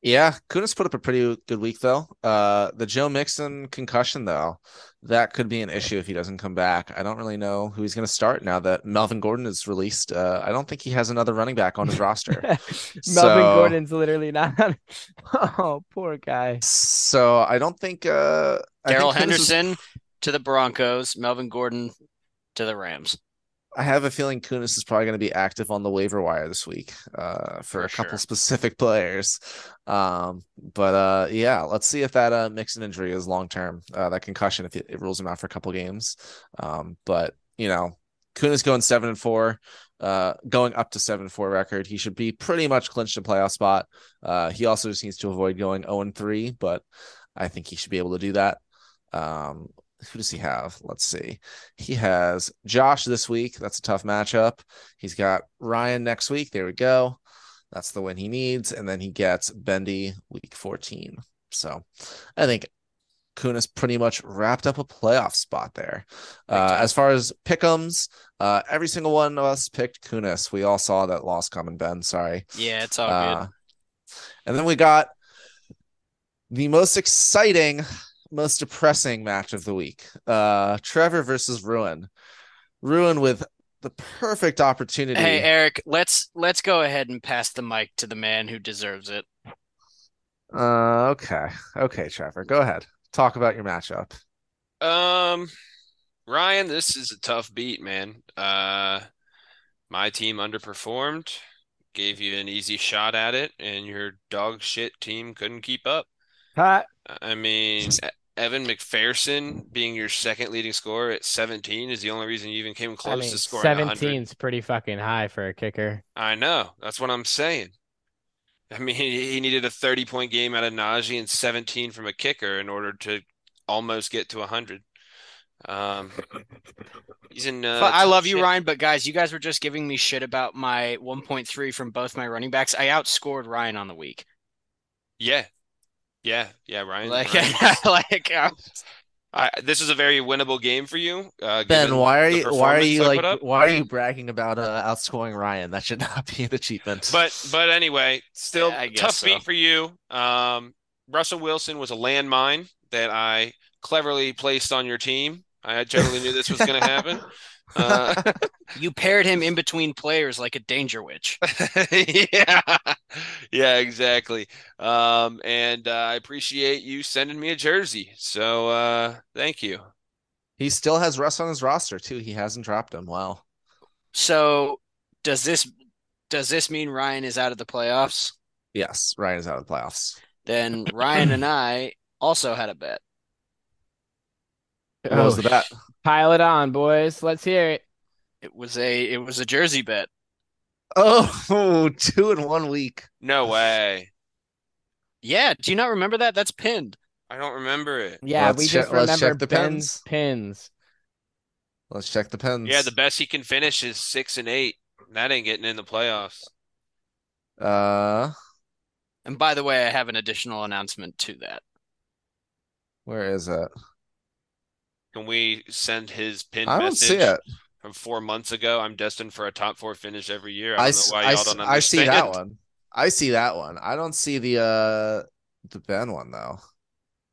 D: Yeah, Kunis put up a pretty good week though. Uh, the Joe Mixon concussion though, that could be an issue if he doesn't come back. I don't really know who he's going to start now that Melvin Gordon is released. Uh, I don't think he has another running back on his roster.
A: Melvin
D: So-
A: Gordon's literally not. on- oh, poor guy.
D: So I don't think uh, I think
C: Daryl
D: Kunis is-
C: Henderson to the Broncos, Melvin Gordon to the Rams.
D: I have a feeling Kunis is probably going to be active on the waiver wire this week uh, for
C: For
D: a couple
C: sure.
D: specific players. Um, but uh, yeah, let's see if that uh, Mixon injury is long term. Uh, that concussion, if it, it rules him out for a couple games. Um, but you know, Kunis going seven and four, uh, going up to seven and four record. He should be pretty much clinched a playoff spot. Uh, he also just needs to avoid going zero and three, but I think he should be able to do that. Um, who does he have? Let's see. He has Josh this week. That's a tough matchup. He's got Ryan next week. There we go. That's the win he needs. And then he gets Bendy week 14. So I think Kunis pretty much wrapped up a playoff spot there. Uh, as far as pickums, uh, every single one of us picked Kunis. We all saw that loss coming, Ben. Sorry.
C: Yeah, it's
B: Oh,
C: all good.
D: Uh, and then we got the most exciting, most depressing match of the week uh, Trevor versus Ruin. Ruin with the perfect opportunity.
C: Hey Eric, let's let's go ahead and pass the mic to the man who deserves it.
D: Uh, okay. Okay, Trevor, go ahead. Talk about your matchup.
B: Um, Ryan, this is a tough beat, man. Uh, my team underperformed, gave you an easy shot at it, and your dog shit team couldn't keep up.
A: Hot.
B: I mean, E- Evan McPherson being your second leading scorer at 17 is the only reason you even came
A: I
B: close
A: mean,
B: to scoring 100.
A: 17's pretty fucking high for a kicker.
B: I know. That's what I'm saying. I mean, he he needed a 30 point game out of Najee and 17 from a kicker in order to almost get to 100. Um, he's in. Uh,
C: Fu- I
B: tough
C: love you,
B: shape.
C: Ryan, but guys, you guys were just giving me shit about my 1.3 from both my running backs. I outscored Ryan on the week.
B: Yeah. Yeah. Yeah. Ryan.
C: Like,
B: Ryan was-
C: like uh,
B: I, this is a very winnable game for you. Uh,
D: Ben,
B: given
D: why are
B: the
D: you why are
B: performance
D: you
B: I put
D: like
B: up.
D: why are you bragging about uh, outscoring Ryan? That should not be an achievement.
B: But but anyway, still
C: I guess
B: tough
C: so.
B: beat for you. Um, Russell Wilson was a landmine that I cleverly placed on your team. I totally knew this was going to happen. Uh,
C: you paired him in between players like a danger witch.
B: yeah, yeah, exactly. Um, and uh, I appreciate you sending me a jersey. So uh, thank you.
D: he still has Russ on his roster too. He hasn't dropped him. Wow.
C: So, does this does this mean Ryan is out of the playoffs?
D: Yes, Ryan is out of the playoffs.
C: Then Ryan and I also had a bet.
D: What was the bet?
A: Pile it on, boys. Let's hear it.
C: It was a it was a jersey bet.
D: Oh, two in one week.
B: No way.
C: Yeah, do you not remember that? That's pinned.
B: I don't remember it.
A: Yeah,
D: Let's
A: we
D: check-
A: just
D: let's check
A: remember
D: the
A: Ben's pins.
D: Let's check the pens.
B: Yeah, the best he can finish is six and eight. That ain't getting in the playoffs.
D: uh,
C: And by the way, I have an additional announcement to that.
D: where is it?
B: Can we send his pinned
D: I don't
B: message
D: see it.
B: from four months ago? I'm destined for a top four finish every year. I
D: I,
B: don't
D: s-
B: know why
D: I
B: y'all
D: s-
B: don't understand.
D: I see that one. I see that one. I don't see the uh the Ben one though.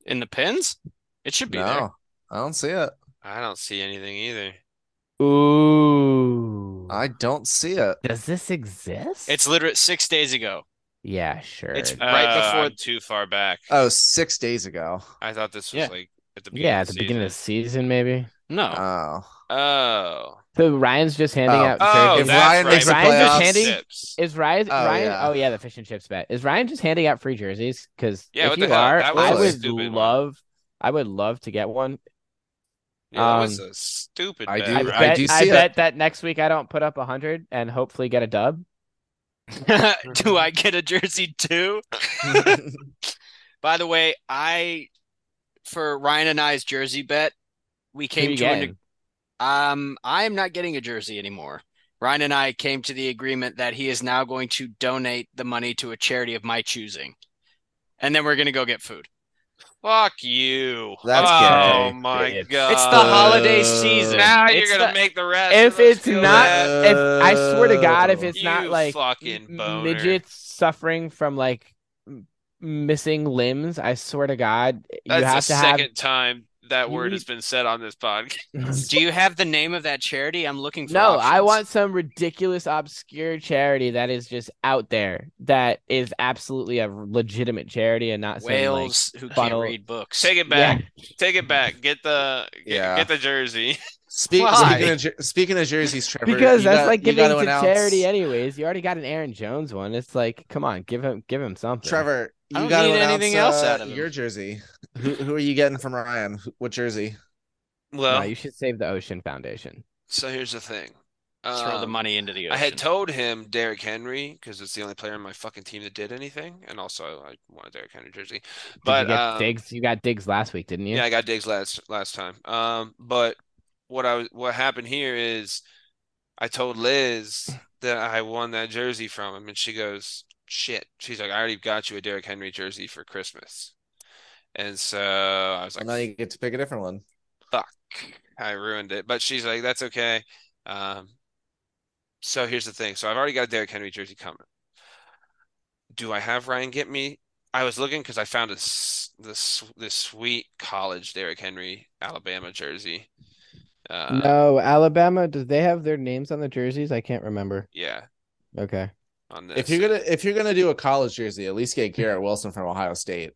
C: In the pins? It should be
D: no,
C: there.
D: I don't see it.
B: I don't see anything either.
A: Ooh.
D: I don't see it.
A: Does this exist?
C: It's literate six days ago.
A: yeah, sure.
C: It's-
A: it-
C: Right
B: Uh,
C: before-
B: I'm too far back.
D: Oh, six days ago.
B: I thought this was
C: Yeah.
B: like at the beginning
A: yeah,
B: of
A: at
B: the
A: the beginning of the season, maybe.
C: No.
D: Oh,
B: Oh.
A: So Ryan's just handing
D: Oh.
A: out
B: Oh,
A: jerseys.
D: If that- Ryan
B: that's right.
D: makes the
B: Ryan just
A: playoffs-
B: handing-
A: Is Ryan?
D: Oh,
A: Ryan?
D: yeah.
A: Oh yeah, the fish and chips bet. Is Ryan just handing out free jerseys? Because
B: Yeah,
A: if
B: what the
A: you
B: hell?
A: are,
B: That
D: was
A: I
D: a
A: would
B: stupid one.
A: love, I would love to get one.
B: Yeah, that was
A: Um,
B: a stupid
D: I
B: bet.
D: do-
A: I
D: Dude,
A: bet,
D: I do see it.
A: bet that next week I don't put up a hundred and hopefully get a dub. Uh,
C: Do I get a jersey too? By the way, I for Ryan and I's jersey bet, we
A: Who
C: came
A: you
C: to an,
A: getting?
C: Um, I am not getting a jersey anymore. Ryan and I came to the agreement that he is now going to donate the money to a charity of my choosing. And then we're going to go get food.
B: Fuck you.
D: That's
B: oh
D: gay.
B: my
A: It's-
B: god.
C: it's the holiday
D: Uh,
C: season.
B: Now
A: It's
B: you're gonna
A: the-
B: make the rest.
A: if
B: of us
A: it's
B: feel
A: not,
B: bad.
A: if, I swear to God, if
D: Oh.
A: it's not
B: You
A: like
B: fucking
A: m-
B: boner.
A: midgets suffering from like m- missing limbs, I swear to God, you
B: that's the
A: have to have.
B: second time that
A: You
B: word
A: need-
B: has been said on this podcast.
C: Do you have the name of that charity? I'm looking for
A: No, I
C: options.
A: want some ridiculous, obscure charity that is just out there that is absolutely a legitimate charity and not some, like-
C: whales who can't
A: funnel-
C: read books.
B: Take it
A: Yeah.
B: back. Take it back. Get the get,
D: Yeah.
B: get the jersey.
D: Speak,
C: Why?
D: speaking of jer- speaking of jerseys, Trevor,
A: because
D: you
A: that's
D: got-
A: like
D: you
A: giving
D: gotta
A: to
D: announce-
A: charity anyways. You already got an Aaron Jones one. It's like, come on, give him, give him something.
D: Trevor,
C: I
D: you
C: don't
D: got to
C: need
D: announce
C: anything else
D: uh,
C: out of him.
D: your jersey. Who who are you getting from Ryan? Who- What jersey?
A: no,
B: Well,
A: you should save the Ocean Foundation.
B: so here's the thing.
C: Throw the
B: Um,
C: money into the ocean.
B: I had told him Derrick Henry because it's the only player on my fucking team that did anything, and also I want a Derrick Henry jersey.
A: Did
B: But
A: you get
B: um,
A: digs? You got digs last week, didn't you?
B: Yeah, I got digs last last time. Um, but what I was what happened here is I told Liz that I won that jersey from him, and she goes, "Shit." She's like, "I already got you a Derrick Henry jersey for Christmas," and so I was like,
D: Well, now you get to pick a different one.
B: I ruined it. But she's like, that's okay. Um, so here's the thing. So I've already got a Derrick Henry jersey coming. Do I have Ryan get me? I was looking because I found a s- this this sweet college Derrick Henry Alabama jersey. Uh,
A: No, Alabama. Do they have their names on the jerseys? I can't remember.
B: Yeah,
A: Okay.
B: on
D: If
B: this.
D: you're gonna if you're gonna do a college jersey, at least get Garrett Wilson from Ohio State.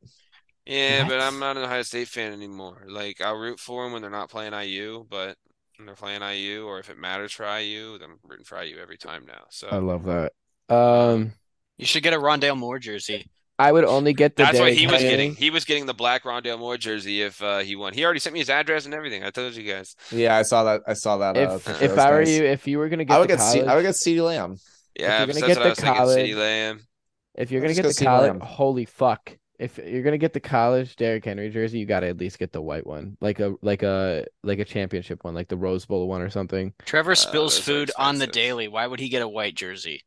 B: Yeah, but
A: What?
B: I'm not an Ohio State fan anymore. Like I'll root for them when they're not playing IU, but when they're playing IU or if it matters for IU, then I'm rooting for IU every time now. So
A: I love that.
B: Uh,
A: Um,
C: You should get a Rondale Moore jersey.
A: I would only get the.
B: That's what
A: Derrick
B: he was
A: Henry.
B: getting. He was getting the black Rondale Moore jersey if uh, he won. He already sent me his address and everything. I told you guys.
D: Yeah, I saw that. I saw that. uh,
A: If
D: picture. That
A: if
D: was
A: I were
D: nice.
A: you, if you were gonna get,
D: I would
A: the
D: get C, I
A: college-
D: would get Ceedee Lamb.
B: Yeah,
A: you're
B: but
A: gonna
B: that's
A: get
B: what I
A: the
B: was thinking. CeeDee
A: college-
B: Lamb.
A: If you're gonna
D: Let's
A: get
D: go
A: the
D: see
A: college,
D: Lamb.
A: holy fuck! If you're gonna get the college Derrick Henry jersey, you gotta at least get the white one, like a like a like a championship one, like the Rose Bowl one or something,
C: Trevor
B: Uh,
C: spills
B: those are
C: food on the
B: expensive.
C: daily. Why would he get a white jersey?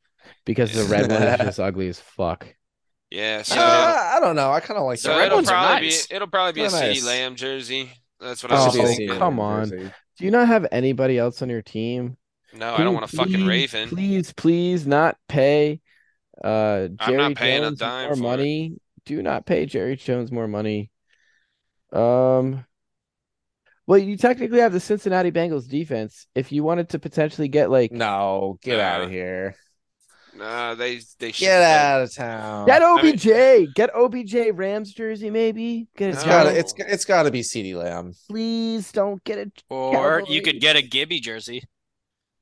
A: because the red one is just ugly as fuck. Ah!
B: Yeah, so
C: Uh,
B: it'll,
D: Uh, I don't know. I kind of like
B: so
C: the
D: that.
C: red
B: it'll
C: ones are
B: probably
C: nice.
B: be it'll probably be a
D: They're
B: CeeDee
D: nice.
B: Lamb jersey. That's what
D: It
B: I
D: should
B: was
D: be a
A: Oh,
B: thinking.
D: CeeDee
A: come
D: Lamb
A: on.
D: jersey.
A: Do you not have anybody else on your team?
B: No, Oh, I don't want a fucking
A: Please,
B: Raven.
A: Please, please, not pay. Uh, Jerry
B: I'm not paying a
A: Jones
B: dime
A: more
B: for it.
A: money. Do not pay Jerry Jones more money. Um, well, you technically have the Cincinnati Bengals defense. If you wanted to potentially get like,
D: No, get
B: Uh,
D: out of here.
B: Nah, they they should
D: Get out of town.
A: get
B: I mean-
A: OBJ, get OBJ Rams jersey, maybe get a
B: No.
D: It's
A: Cowboy-
D: got to it's it's got to be Ceedee Lamb.
A: Please don't get it.
C: Or
A: Cowboys.
C: you could get a Gibby jersey.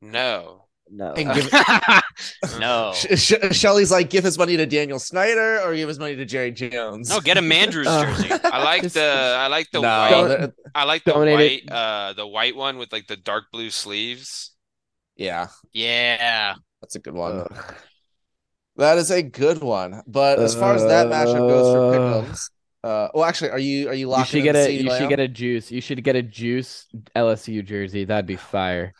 B: No.
A: No,
D: And give
A: Oh.
C: no.
D: Sh- Sh- Shelly's like, give his money to Daniel Snyder or give his money to Jerry Jones.
C: No, get a Mandrews
A: Uh,
C: jersey.
B: I like
A: Just-
B: the I like the
D: No,
B: white.
D: they're,
B: I like the
A: Dominated.
B: white, uh, the white one with like the dark blue sleeves.
D: Yeah,
C: Yeah.
D: that's a good one.
A: Ugh.
D: That is a good one. But as far as that matchup goes for pickums, uh, well, actually, are you are you
A: You
D: locked
A: should
D: in
A: get
D: on
A: a
D: CeeDee
A: you
D: Lamb?
A: should get a juice. You should get a juice LSU jersey. That'd be fire.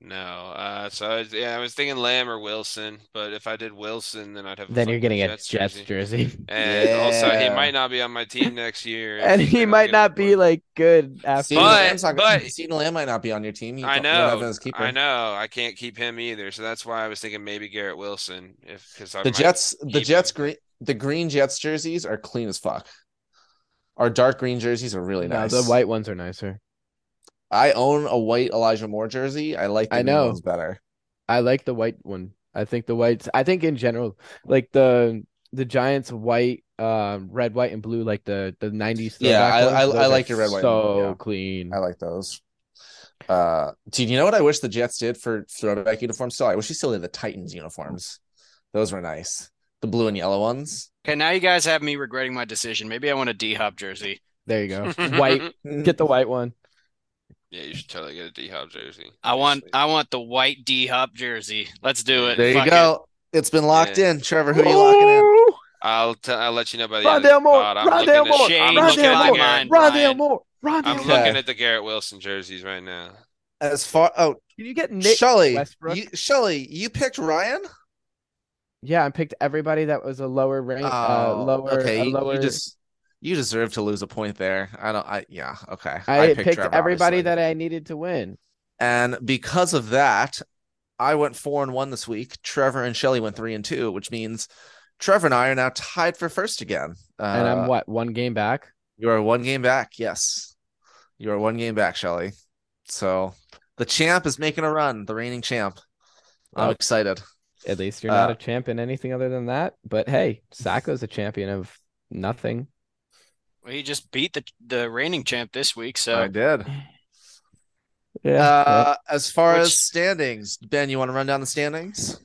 B: No, uh, so I was, yeah, I was thinking Lamb or Wilson, but if I did Wilson, then I'd have a
A: Then you're
B: fucking
A: getting a
B: Jets
A: Jets
B: jersey.
A: jersey.
B: And also, he
D: Yeah.
B: might not be on my team next year.
A: And
B: if
A: he
B: they're not
A: might
B: giving
A: not
B: him
A: be
B: one.
A: like good after
D: CeeDee
B: But-
D: Lamb's not gonna-
B: but-
D: CeeDee Lamb might not be on your team. You
B: I
D: don't- you don't have
B: know,
D: him as keeper.
B: I know. I can't keep him either, so that's why I was thinking maybe Garrett Wilson, if because I
D: The
B: might-
D: Jets, the
B: keep
D: Jets
B: him.
D: green, the green Jets jerseys are clean as fuck. Our dark green jerseys are really
A: No,
D: nice.
A: the white ones are nicer.
D: I own a white Elijah Moore jersey. I like the
A: I
D: new
A: know.
D: ones better.
A: I like the white one. I think the whites. I think in general, like the the Giants white, um, red, white, and blue, like the the nineties.
D: Yeah, I- I- I like your red, white, and blue,
A: So
D: yeah.
A: clean.
D: I like those. Uh, dude, you know what I wish the Jets did for throwback uniforms? Still, I wish they still did the Titans uniforms. Those were nice. The blue and yellow ones.
C: Okay, now you guys have me regretting my decision. Maybe I want a D Hop jersey.
A: There you go. White. Get the white one.
B: Yeah, you should totally get a D Hop jersey.
C: I want
B: Seriously.
C: I want the white D Hop jersey. Let's do it.
D: There you
C: Fuck it.
D: go. It. has been locked
B: Yeah.
D: in, Trevor. Who are you locking in?
A: Ooh,
B: I'll t- I'll let you know by the end of
A: Rondale
B: the
A: Moore.
B: pod. I'm
A: Rondale
B: looking at-
A: Moore.
B: I'm
C: Shane,
B: looking
A: Rondale
B: at
C: my
A: Moore.
B: Garrett-
C: mind,
A: Rondale
C: Brian.
A: Moore. Rondale
B: I'm
A: Moore.
D: Okay.
B: looking at the Garrett Wilson jerseys right now.
D: As far oh,
A: Can you get Nick
D: Shelly,
A: Westbrook?
D: you, Shelly, you picked Ryan.
A: Yeah, I picked everybody that was a lower rank, uh,
D: Oh,
A: lower,
D: okay,
A: a
D: you- you,
A: lower.
D: just you deserve to lose a point there. I don't. I yeah. Okay.
A: I, picked,
D: Trevor,
A: everybody
D: obviously.
A: that I needed to win.
D: and because of that, I went four and one this week. Trevor and Shelly went three and two, which means Trevor and I are now tied for first again. Uh,
A: And I'm what, one game back?
D: You are one game back. Yes, you are one game back, Shelly. So the champ is making a run. The reigning champ. I'm
A: Well,
D: excited.
A: At least you're not
D: Uh,
A: a champ in anything other than that. But hey, Sacco's a champion of nothing.
C: Well, he just beat the the reigning champ this week, so
D: I did.
A: Yeah.
D: Uh, as far
C: Which-
D: as standings, Ben, you want to run down the standings?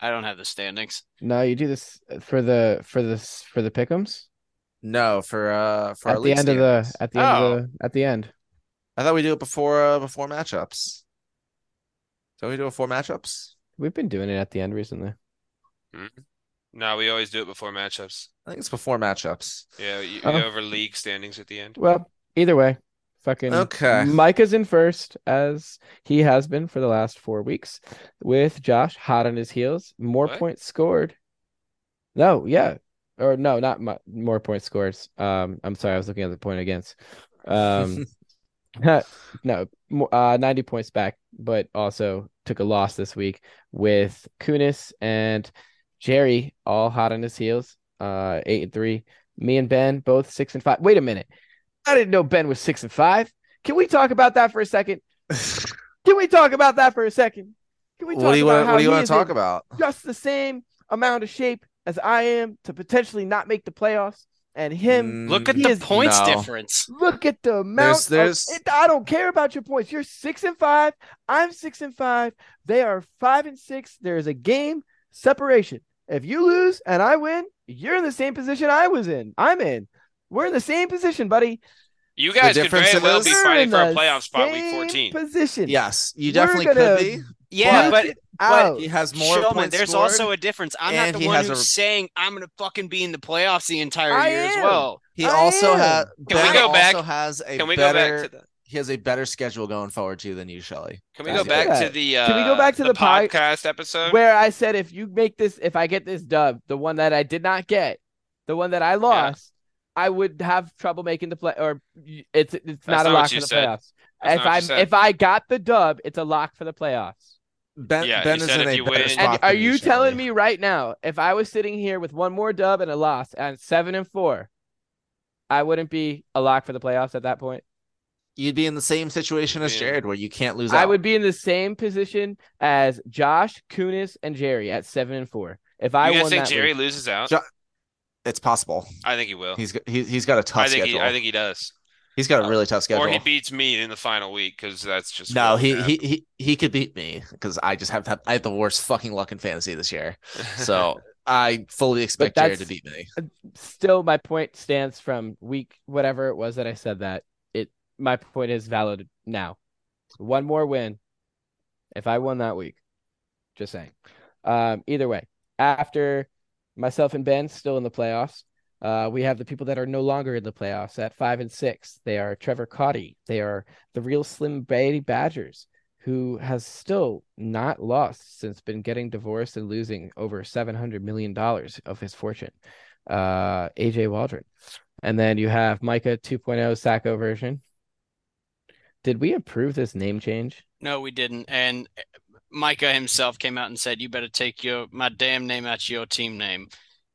C: I don't have the standings.
A: no, you do this for the for this for the pickums
D: No, for uh for
A: at
D: our
A: the
D: league Oh.
A: end of the
D: standings.
A: at the end of the at the end.
D: I thought we do it before uh, before matchups. Don't we do it before matchups?
A: We've been doing it at the end recently.
B: No, we always do it before matchups.
D: I think it's before matchups.
B: Yeah, you, you
A: Oh.
B: go over league standings at the end.
A: Well, either way, fucking
D: Okay.
A: Micah's in first, as he has been for the last four weeks, with Josh hot on his heels. More
B: What?
A: points scored. No, yeah, or no, not mu more points scores. Um, I'm sorry, I was looking at the point against. Um, no, mo- uh, 90 points back, but also took a loss this week with Kunis and Jerry all hot on his heels. Uh, eight and three. Me and Ben both six and five. Wait a minute, I didn't know Ben was six and five. Can we talk about that for a second? Can we talk about that for a second? Can we talk
D: what do you
A: about
D: want?
A: how
D: What do you
A: he
D: want
A: is
D: to talk
A: in
D: about?
A: just the same amount of shape as I am to potentially not make the playoffs, and him?
C: Look at
A: He
C: the
A: is-
C: points
D: Mm. No.
C: difference.
A: Look at the amount.
D: there's-
A: Of, it, I don't care about your points. You're six and five. I'm six and five. They are five and six. There is a game separation. If you lose and I win, you're in the same position I was in. I'm in. We're in the same position, buddy.
B: You guys could
D: difference
B: very
D: in
B: well
D: those-
B: be
A: We're
B: fighting
A: in
B: for a
A: the
B: playoff spot week
A: same
B: 14.
A: Position.
D: Yes, you
A: We're
D: definitely
A: gonna-
D: could be.
C: Yeah,
A: Look
C: but
A: it
D: But
A: out.
D: he has more
C: Showman,
D: points.
C: there's
D: scored.
C: also a difference. I'm not
D: and
C: the
D: he
C: one
D: has
C: who's
D: a-
C: saying I'm gonna fucking be in the playoffs the entire
A: I
C: year as
A: am.
C: well.
D: he
A: I
D: also
A: am.
D: has.
B: Can we
D: Ben
B: go back-
D: Also has a
B: Can we go
D: better.
B: back to the
D: He has a better schedule going forward too than you, Shelly.
B: Can we
D: That's
B: go back
A: good.
B: to the uh
A: Can we go back to the pod-
B: podcast episode?
A: Where I said if you make this, if I get this dub, the one that I did not get, the one that I lost, I would have trouble making the play. Or y- it's it's not a
B: not what
A: lock
B: you
A: for the
B: said.
A: playoffs.
B: That's
A: if
B: not what you
A: I'm
B: said.
A: if I got the dub, it's a lock for the playoffs.
D: Ben,
B: Yeah,
D: ben
B: you
D: is
B: said
D: in
B: if
D: a
B: you
D: better
B: win-
D: spot
A: And
D: than
A: are you telling
D: Shelley.
A: me right now, if I was sitting here with one more dub and a loss and seven and four, I wouldn't be a lock for the playoffs at that point?
D: you'd be in the same situation as
B: Yeah.
D: Jared, where you can't lose?
A: I
D: out.
A: would be in the same position as Josh, Kunis, and Jerry at seven and four. If I
B: you guys
A: won
B: think
A: that
B: Jerry
A: league.
B: loses out?
D: Jo- It's possible.
B: I think he will.
D: He's got- he, he's got a tough
B: I think
D: schedule.
B: he, I think he does.
D: he's got a really tough schedule.
B: Or he beats me in the final week because that's just
D: no,
B: what
D: he,
B: would
D: he he he could beat me because I just have had I have the worst fucking luck in fantasy this year.
B: happen.
D: So I fully expect Jared to
A: that's-
D: beat me.
A: still my point stands from week whatever it was that I said that it my point is valid now. One more win. If I won that week, just saying. Um, either way, after myself and Ben still in the playoffs, uh, we have the people that are no longer in the playoffs at five and six. They are Trevor Cotty. They are the real Slim Brady Badgers, who has still not lost since been getting divorced and losing over seven hundred million dollars of his fortune. Uh, AJ Waldron, and then you have Micah 2.0 Sacco version. Did we approve this name change?
C: No, we didn't. And uh, Micah himself came out and said, "You better take your my damn name out of your team name."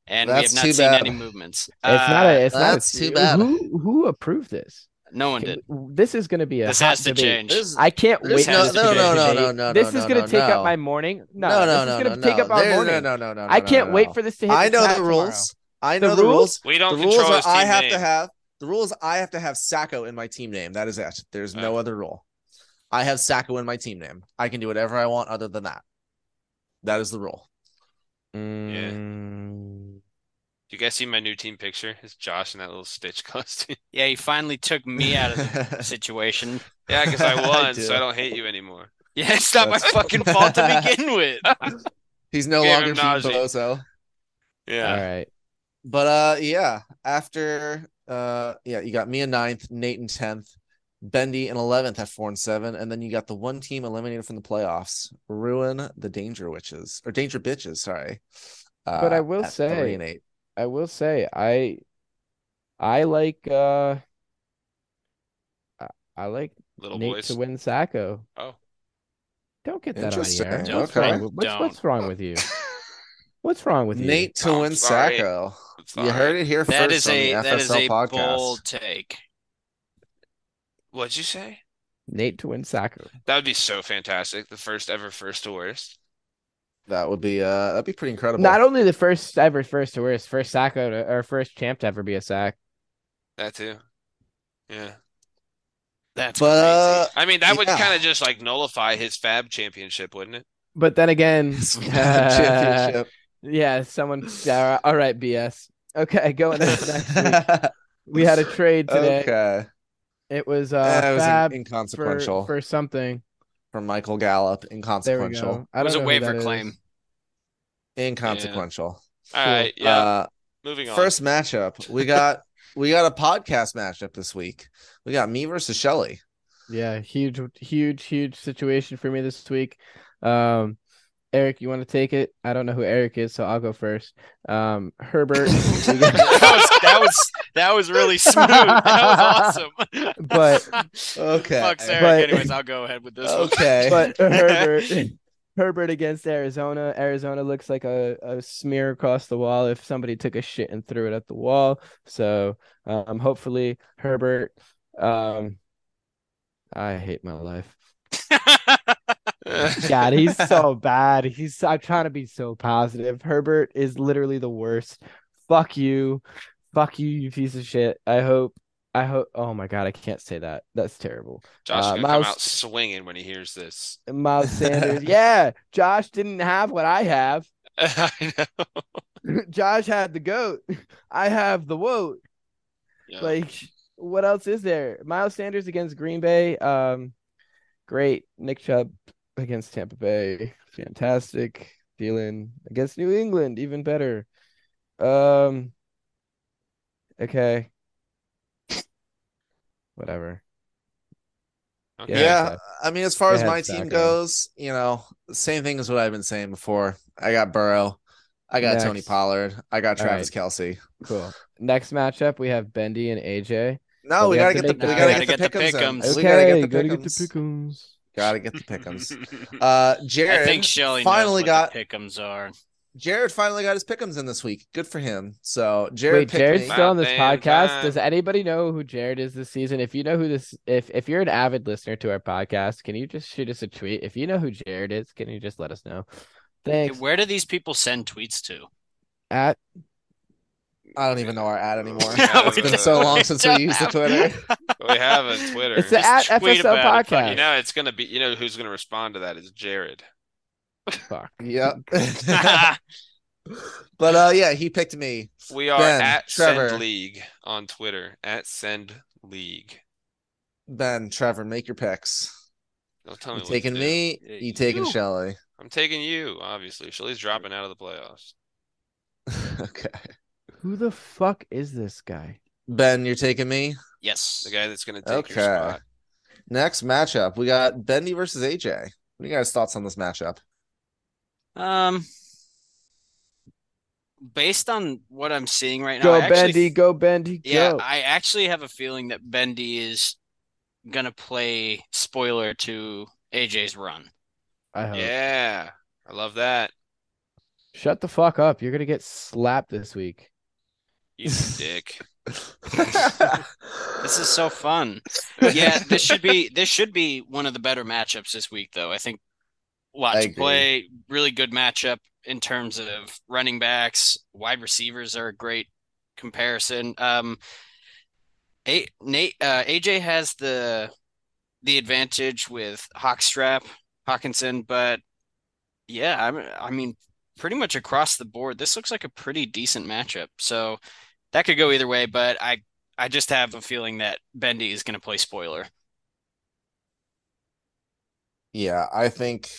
C: And
D: That's
C: we have
D: too
C: not seen
D: bad.
C: any movements.
A: It's not
C: Uh,
A: a. It's not a
D: that's too
A: who-
D: bad.
A: Who who approved this?
C: no one
A: Can-
C: did.
A: This is going to be a.
C: This
A: hot
C: has to
A: debate.
C: change.
D: There's-
A: I can't wait.
D: This
C: has
A: for
C: to
A: this
C: change.
A: debate.
C: No, no,
D: no, no, no,
A: This
D: no,
A: is going to
D: no,
A: take
D: no.
A: up my morning. No,
D: no, no,
A: this
D: no,
A: is going to
D: no,
A: take
D: no.
A: up our
D: There's-
A: morning.
D: No, no, no, no.
A: I
D: no,
A: can't
D: no,
A: wait
D: no.
A: for this to hit.
F: I know the
A: chat tomorrow.
F: rules.
D: I know
A: The
D: the rules.
B: We don't
D: The rules
B: control
D: are
B: his team
D: I have
B: name.
D: to have. The rules I have to have Sacco in my team name. That is it. There's no other rule. I have Sacco in my team name. I can do whatever I want other than that. That is the rule.
A: Mm,
B: Do you guys see my new team picture? It's Josh in that little Stitch costume.
C: Yeah, he finally took me out of the situation.
B: yeah, because I won,
D: do.
B: so I don't hate you anymore.
C: Yeah, it's not my
D: That's-
C: fucking fault to begin with.
D: He's no
B: Gave
D: longer
B: him
D: Pete
B: nausea.
D: Bozo.
B: Yeah.
A: All right.
D: But uh yeah, after uh yeah, you got me in ninth, Nate in tenth, Bendy in eleventh at four and seven, and then you got the one team eliminated from the playoffs, ruin the danger witches or danger bitches, sorry. Uh,
A: But I will
D: at three
A: say-
D: and eight.
A: I will say I I like uh I- I like
B: Little
A: Nate
B: boys.
A: to win Sacco.
B: Oh.
A: Don't get that on
D: Interesting.
A: here.
D: Don't,
A: What's,
D: okay.
A: wrong with, what's,
C: don't.
A: what's wrong with you? What's wrong with you?
D: Nate to
B: I'm
D: win
B: sorry.
D: Sacco.
B: It's
D: You
B: all
D: heard
B: right.
D: it here
C: Oh, That
D: first
C: is
D: on the
C: a
D: FSL
C: that is a
D: podcast.
C: bold take.
B: What'd you say?
A: Nate to win Sacco.
B: That would be so fantastic. The first ever first to worst.
D: That would be uh that'd be pretty incredible.
A: Not only the first ever first to worst, first Sacco to, or first champ to ever be a sack.
B: That too. Yeah.
C: That's
D: but uh,
B: I mean, that would
D: Yeah.
B: kind of just like nullify his Fab championship, wouldn't it?
A: But then again,
D: championship.
A: yeah, someone. yeah, all right, BS. Okay, going into next week. We had a trade today.
D: Okay.
A: It was uh,
D: that was in-
A: Fab
D: inconsequential
A: for, for something.
D: from Michael Gallup.
A: There we
D: Inconsequential.
A: go. I
C: It was
A: don't know
C: a
A: who
C: waiver
A: that is.
C: claim.
D: Inconsequential.
B: All
A: Cool.
B: right. Yeah.
D: Uh,
B: Moving on.
D: first matchup. We got we got a podcast matchup this week. We got me versus Shelly.
A: Yeah, huge, huge, huge situation for me this week. Um, Eric, you want to take it? I don't know who Eric is, so I'll go first. Um, Herbert, we got-
C: that was that was that was really smooth. That was awesome.
A: But-
D: Okay.
C: fuck Eric.
A: But-
C: Anyways, I'll go ahead with this. one.
D: Okay.
A: but Herbert, Herbert against Arizona. Arizona looks like a, a smear across the wall if somebody took a shit and threw it at the wall. So, um, hopefully Herbert, um, I hate my life. God, he's so bad. He's I'm trying to be so positive. Herbert is literally the worst. Fuck you. Fuck you, you piece of shit. I hope I hope oh my god, I can't say that. That's terrible.
B: Josh is
A: uh,
B: gonna come
A: Miles-
B: out swinging when he hears this.
A: Miles Sanders. yeah, Josh didn't have what I have.
B: I know.
A: Josh had the goat. I have the woat.
B: Yeah.
A: Like what else is there? Miles Sanders against Green Bay. Um great. Nick Chubb against Tampa Bay. Fantastic. Dylan against New England, even better. Um okay. Whatever.
B: Okay.
D: yeah,
A: Yeah.
D: I mean, as far
A: Go
D: as
A: ahead,
D: my team
A: Sacco.
D: goes, you know, same thing as what I've been saying before. I got Burrow. I got Tony
A: Next.
D: Pollard. I got
A: All
D: Travis
A: right.
D: Kelsey.
A: Cool. Next matchup, we have Bendy and AJ.
D: No,
A: But
D: we,
A: we
D: gotta
A: have
D: get
A: to
D: the
A: make-
D: we
A: No,
D: gotta
A: we
D: get the
C: gotta get the
D: pickums.
C: pick'ems.
D: We
A: Okay,
D: gotta get the
A: gotta get the
D: pickums.
A: pickums.
D: Gotta get the pickums. Uh, Jared
C: I think Shelly
D: finally
C: knows
D: got
C: what the pickums are.
D: Jared finally got his pickums in this week. Good for him. So Jared
A: Wait,
D: picked
A: Jared's
D: me.
A: still on this
B: About
A: podcast.
B: damn time.
A: Does anybody know who Jared is this season? If you know who this, if if you're an avid listener to our podcast, can you just shoot us a tweet? If you know who Jared is, can you just let us know?
C: Hey,
A: Thanks.
C: Where do these people send tweets to?
A: At
D: I don't even know our ad anymore.
B: Yeah,
D: it's
B: we
D: been
B: don't-
D: so long since we
C: don't
D: used the
C: have-
D: Twitter.
B: we have a Twitter.
A: it's the at
C: Just
A: FSL
C: tweet about it, fuck
B: you
A: podcast.
B: know, it's gonna be. You know who's gonna respond to that is Jared.
A: Fuck.
D: Yep. but uh, yeah, he picked me.
B: We are
D: Ben,
B: at
D: Trevor.
B: Send League on Twitter. At Send League.
D: Ben, Trevor, make your picks.
B: Don't tell
D: You
B: me what to
D: taking
B: do.
D: me?
B: Yeah,
D: You taking
B: you.
D: Shelly?
B: I'm taking you, obviously. Shelly's dropping out of the playoffs.
D: okay.
A: Who the fuck is this guy?
D: Ben, you're taking me.
C: Yes.
B: The guy that's gonna take your
D: Okay.
B: spot.
D: Next matchup, we got Bendy versus AJ. What are you guys' thoughts on this matchup?
C: Um, based on what I'm seeing right now,
A: go
C: I actually
A: Bendy, go Bendy,
C: Yeah,
A: go.
C: I actually have a feeling that Bendy is gonna play spoiler to AJ's run.
A: I hope.
B: Yeah. I love that.
A: Shut the fuck up. You're gonna get slapped this week.
B: You dick.
C: This is so fun. Yeah, this should be this should be one of the better matchups this week, though. I think
D: I
C: lots to
D: agree.
C: play, really good matchup in terms of running backs, wide receivers are a great comparison. Um, a, Nate uh, AJ has the the advantage with Hawkstrap Hawkinson, but yeah, I'm, I mean, pretty much across the board, this looks like a pretty decent matchup. So that could go either way, but I I just have a feeling that Bendy is going to play spoiler.
D: Yeah, I think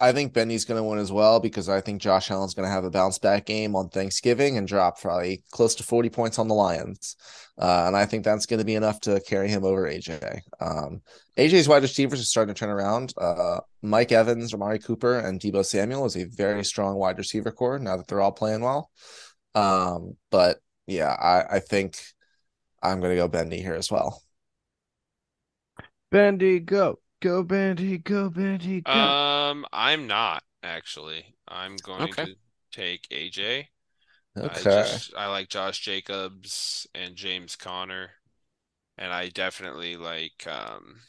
D: I think Bendy's going to win as well because I think Josh Allen's going to have a bounce back game on Thanksgiving and drop probably close to 40 points on the Lions. Uh, and I think that's going to be enough to carry him over AJ. Um, AJ's wide receivers are starting to turn around. Uh, Mike Evans, Amari Cooper, and Debo Samuel is a very strong wide receiver core now that they're all playing well. Um, but yeah, I, I think I'm going to go Bendy here as well.
A: Bendy, go. Go Bendy, go Bendy, go.
B: Um, I'm not actually. I'm going
C: Okay.
B: to take AJ. I
D: Okay.
B: just I like Josh Jacobs and James Conner, and I definitely like um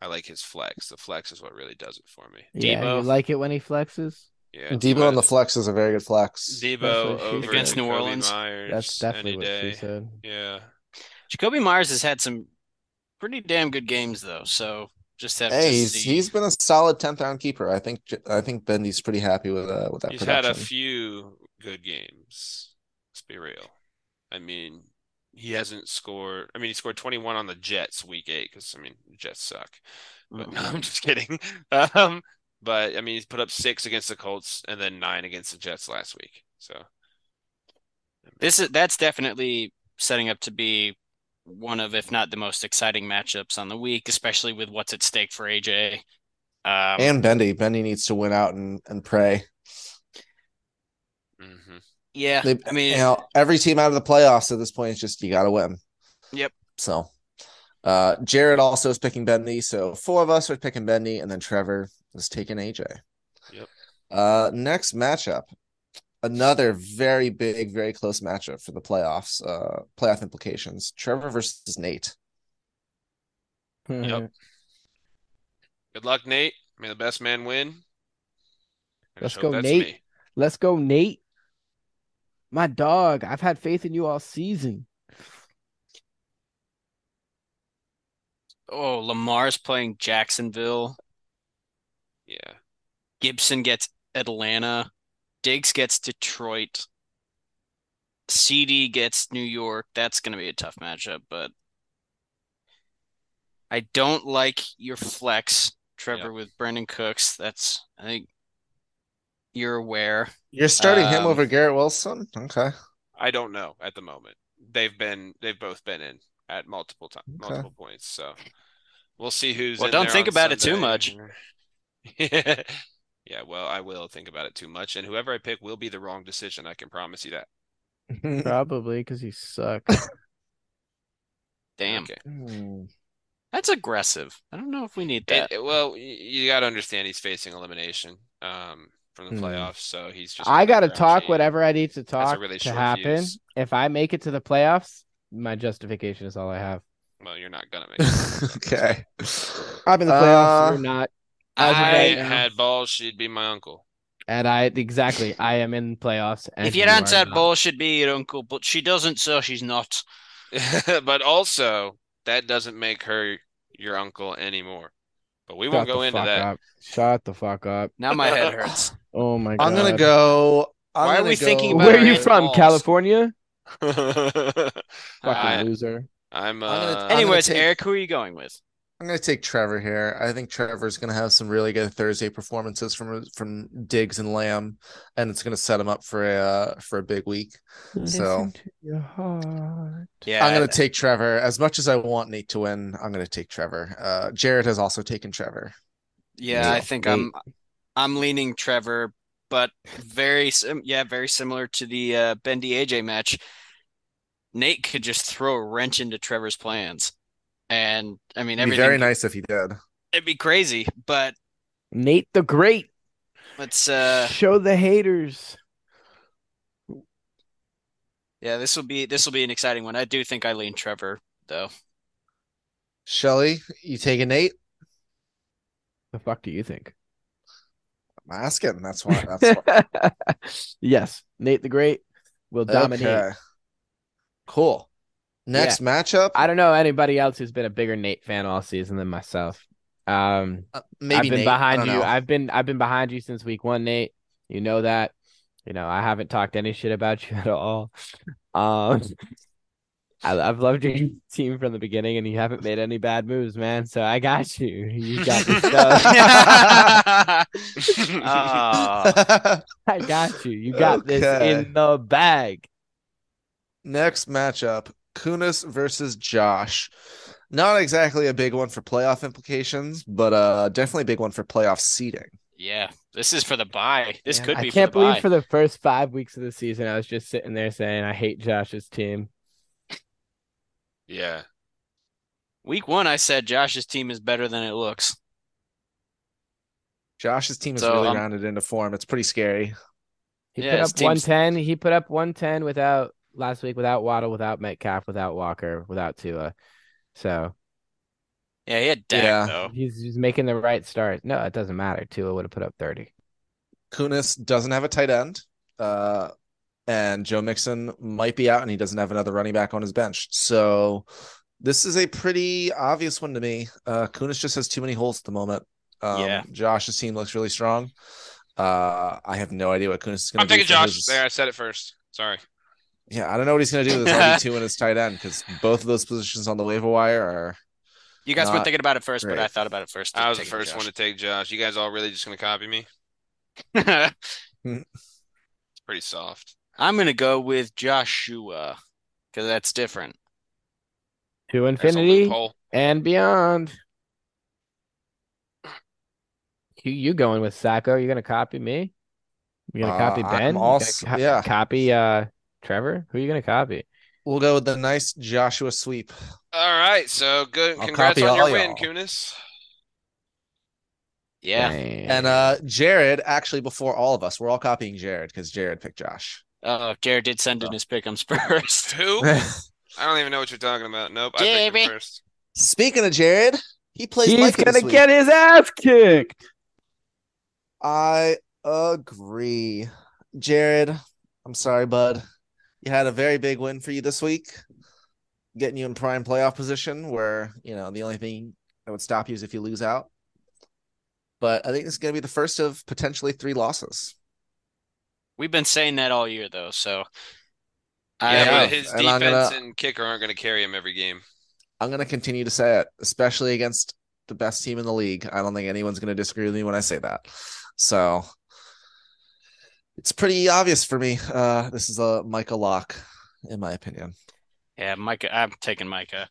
B: I like his flex. The flex is what really does it for me.
A: yeah,
C: Debo.
A: you like it when he flexes?
B: Yeah,
D: Debo on the flex is a very good flex.
B: Debo
A: That's what she
B: over
A: Against
C: New
B: Jacoby
C: Orleans?
B: Myers
A: That's
B: any
A: definitely what
B: day.
A: she said.
B: Yeah,
C: Jacoby Myers has had some pretty damn good games though, so just have
D: Hey,
C: to
D: he's,
C: see.
D: he's been a solid tenth round keeper. I think I think Bendy's pretty happy with uh, with that
B: he's had
D: production.
B: a few good games. Let's be real. I mean, he hasn't scored. I mean, he scored 21 on the Jets week eight because I mean, the Jets suck. But no, I'm just kidding. Um, but I mean, he's put up six against the Colts and then nine against the Jets last week. So
C: This is that's definitely setting up to be one of, if not the most exciting matchups on the week, especially with what's at stake for AJ. Um,
D: and Bendy, Bendy needs to win out and and pray.
B: hmm
C: yeah,
D: They,
C: I mean,
D: you know, every team out of the playoffs at this point is just you got to win.
C: Yep.
D: So, uh, Jared also is picking Bendy. So four of us are picking Bendy, and then Trevor is taking AJ.
B: Yep.
D: Uh, next matchup, another very big, very close matchup for the playoffs. Uh, playoff implications: Trevor versus Nate.
B: Yep. good luck, Nate. May the best man win. I
A: Let's
B: just hope
A: go,
B: that's
A: Nate.
B: me.
A: Let's go, Nate. My dog. I've had faith in you all season.
C: oh, Lamar's playing Jacksonville.
B: Yeah,
C: Gibson gets Atlanta. Diggs gets Detroit. CD gets New York. That's going to be a tough matchup, but I don't like your flex, Trevor,
B: Yeah.
C: with Brandon Cooks. That's, I think you're aware.
D: You're starting him
C: Um,
D: over Garrett Wilson. Okay.
B: I don't know at the moment. They've been they've both been in at multiple times,
D: Okay.
B: multiple points. So we'll see who's.
C: Well,
B: in
C: don't
B: there
C: think
B: on
C: about it too
B: Sunday.
C: much.
B: yeah. Yeah, well, I will think about it too much, and whoever I pick will be the wrong decision. I can promise you that.
A: Probably because you suck.
C: Damn.
B: Okay.
D: Hmm.
C: That's aggressive. I don't know if we need
B: It,
C: that.
B: it- well, y- you got to understand he's facing elimination um, from the
D: Hmm.
B: playoffs, so he's just.
A: I
B: on that
A: gotta
B: ground
A: talk
B: sheet.
A: whatever I need to talk
B: really
A: to
B: short
A: happen.
B: fuse.
A: If I make it to the playoffs, my justification is all I have.
B: Well, you're not gonna make. it.
D: okay.
A: I'm in the playoffs.
D: Uh,
A: You're not. As of
B: I
A: right now.
B: had balls. She'd be my uncle.
A: And I exactly. I am in playoffs. And
C: if you
A: you
C: don't
A: are
C: said
A: not.
C: ball should be your uncle, but she doesn't, so she's not.
B: but also, that doesn't make her your uncle anymore. But we won't
A: Shut
B: go
A: the
B: into
A: fuck
B: that.
A: Up. Shut the fuck up.
C: Now my head hurts.
A: Oh my god.
D: I'm gonna go. I'm
C: Why are
D: gonna
C: we thinking
D: go-
C: about
A: Where are you
C: Rand
A: from?
C: Paul's.
A: California?
B: I,
A: Fucking loser.
B: I'm.
D: I'm gonna-
B: Uh,
D: I'm
C: Anyways,
D: take-
C: Eric, who are you going with?
D: I'm going to take Trevor here. I think Trevor's going to have some really good Thursday performances from from Diggs and Lamb, and it's going to set him up for a uh, for a big week. So
C: Yeah,
D: I'm going to take Trevor. As much as I want Nate to win, I'm going to take Trevor. Uh, Jared has also taken Trevor.
C: yeah. I
A: Yeah,
C: think
A: wait.
C: I'm I'm leaning Trevor, but very sim- yeah, very similar to the uh, Bendy AJ match. Nate could just throw a wrench into Trevor's plans, and I mean
D: It'd be
C: everything.
D: very nice if he did.
C: It'd be crazy, but
A: Nate the Great.
C: let's uh
A: Show the haters.
C: yeah, this will be this will be an exciting one. I do think I lean Trevor though.
D: Shelly, you taking Nate?
A: The fuck do you think?
D: I'm asking. That's why. That's why.
A: yes, Nate the Great will dominate.
D: Okay. Cool. Next matchup,
A: I don't know anybody else who's been a bigger Nate fan all season than myself. Um,
D: uh, maybe
A: I've been
D: Nate. I
A: behind
D: don't
A: you.
D: know.
A: I've been I've been behind you since week one, Nate. You know that. You know I haven't talked any shit about you at all. Um, I, I've loved your team from the beginning, and you haven't made any bad moves, man. So I got you. You got the stuff.
C: Ah.
D: Uh,
A: I got you. You got this
D: Okay.
A: in the bag.
D: Next matchup, Kunis versus Josh. Not exactly a big one for playoff implications, but uh definitely a big one for playoff seeding.
C: yeah, this is for the buy. This
A: Man,
C: could
A: I
C: be.
A: can't
C: for the
A: believe
C: bye.
A: for the first five weeks of the season, I was just sitting there saying I hate Josh's team.
B: yeah.
C: Week one, I said Josh's team is better than it looks.
D: Josh's team is
C: So,
D: really
C: um,
D: rounded into form. It's pretty scary.
A: He
C: Yeah,
A: put
C: his
A: up
C: team's-
A: one ten. He put up one ten without last week, without Waddle, without Metcalf, without Walker, without Tua. So
C: Yeah, he had Dak
D: Yeah.
C: though.
A: he's he's making the right start. No, it doesn't matter. Tua would have put up thirty.
D: Kunis doesn't have a tight end. Uh and Joe Mixon might be out and he doesn't have another running back on his bench. So this is a pretty obvious one to me. Uh Kunis just has too many holes at the moment. Um
C: Yeah.
D: Josh's team looks really strong. Uh I have no idea what Kunis is gonna
B: I'm
D: do
B: taking
D: for
B: Josh.
D: his-
B: There, I said it first. Sorry.
D: Yeah, I don't know what he's going to do with his RB2 and his tight end because both of those positions on the waiver wire are.
C: You guys were
D: Not
C: thinking about it first, but
D: great.
C: I thought about it first.
B: I was the
C: taking
B: first one to
C: Josh.
B: take Josh. You guys all really just gonna copy me? It's pretty soft.
C: I'm gonna go with Joshua because that's different.
A: To
B: There's a
A: infinity
B: loophole.
A: and beyond. Who you going with, Sacco? You gonna copy me? You gonna
D: Uh,
A: copy
D: I'm
A: Ben? You gonna
D: also-
A: co-
D: yeah.
A: Copy uh Trevor? Who are you gonna copy?
D: We'll go with the nice Joshua sweep.
B: All right. So good.
D: I'll
B: Congrats
D: copy
B: on your
D: all
B: win,
D: y'all.
B: Kunis.
C: Yeah.
A: Dang.
D: And uh Jared, actually, before all of us, we're all copying Jared because Jared picked Josh.
C: Oh, Jared did send in his pickums first.
B: Who? I don't even know what you're talking about. Nope. I picked
C: Jeremy.
B: him first.
D: Speaking of Jared, he plays.
A: he's
D: Micah this
A: gonna
D: week.
A: get his ass kicked.
D: I agree, Jared. I'm sorry, bud. You had a very big win for you this week, getting you in prime playoff position where you know the only thing that would stop you is if you lose out. But I think this is going to be the first of potentially three losses.
C: We've been saying that all year though, so I
B: Yeah,
D: yeah,
B: but his
D: and I'm
B: defense
D: gonna-
B: and kicker aren't gonna carry him every game.
D: I'm going to continue to say it, especially against the best team in the league. I don't think anyone's going to disagree with me when I say that. So it's pretty obvious for me. Uh, this is a Michael Lock, in my opinion.
C: yeah, Micah. I'm taking Micah.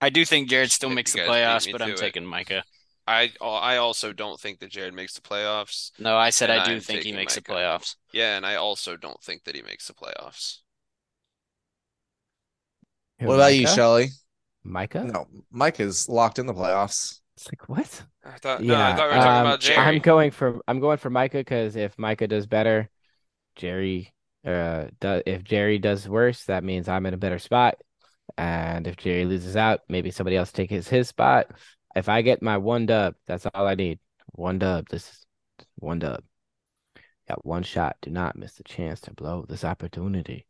C: I do think Jared still
B: If
C: makes the
B: you guys
C: playoffs,
B: beat me
C: but I'm
B: to it.
C: taking Micah.
B: I I also don't think that Jared makes the playoffs.
C: No, I said
B: And
C: I do
B: I'm
C: think he
B: taking
C: makes the
B: Micah.
C: playoffs.
B: Yeah, and I also don't think that he makes the playoffs.
A: Who,
D: What about you,
A: Micah?
D: Shelly?
A: Micah?
D: No, Mike is locked in the playoffs.
A: It's like what?
B: I thought no, I thought we were
A: um,
B: talking about Jerry.
A: I'm going for I'm going for Micah because if Micah does better, Jerry uh does if Jerry does worse, that means I'm in a better spot. And if Jerry loses out, maybe somebody else take his his spot. If I get my one dub, that's all I need. One dub. This is one dub. Got one shot. Do not miss the chance to blow this opportunity.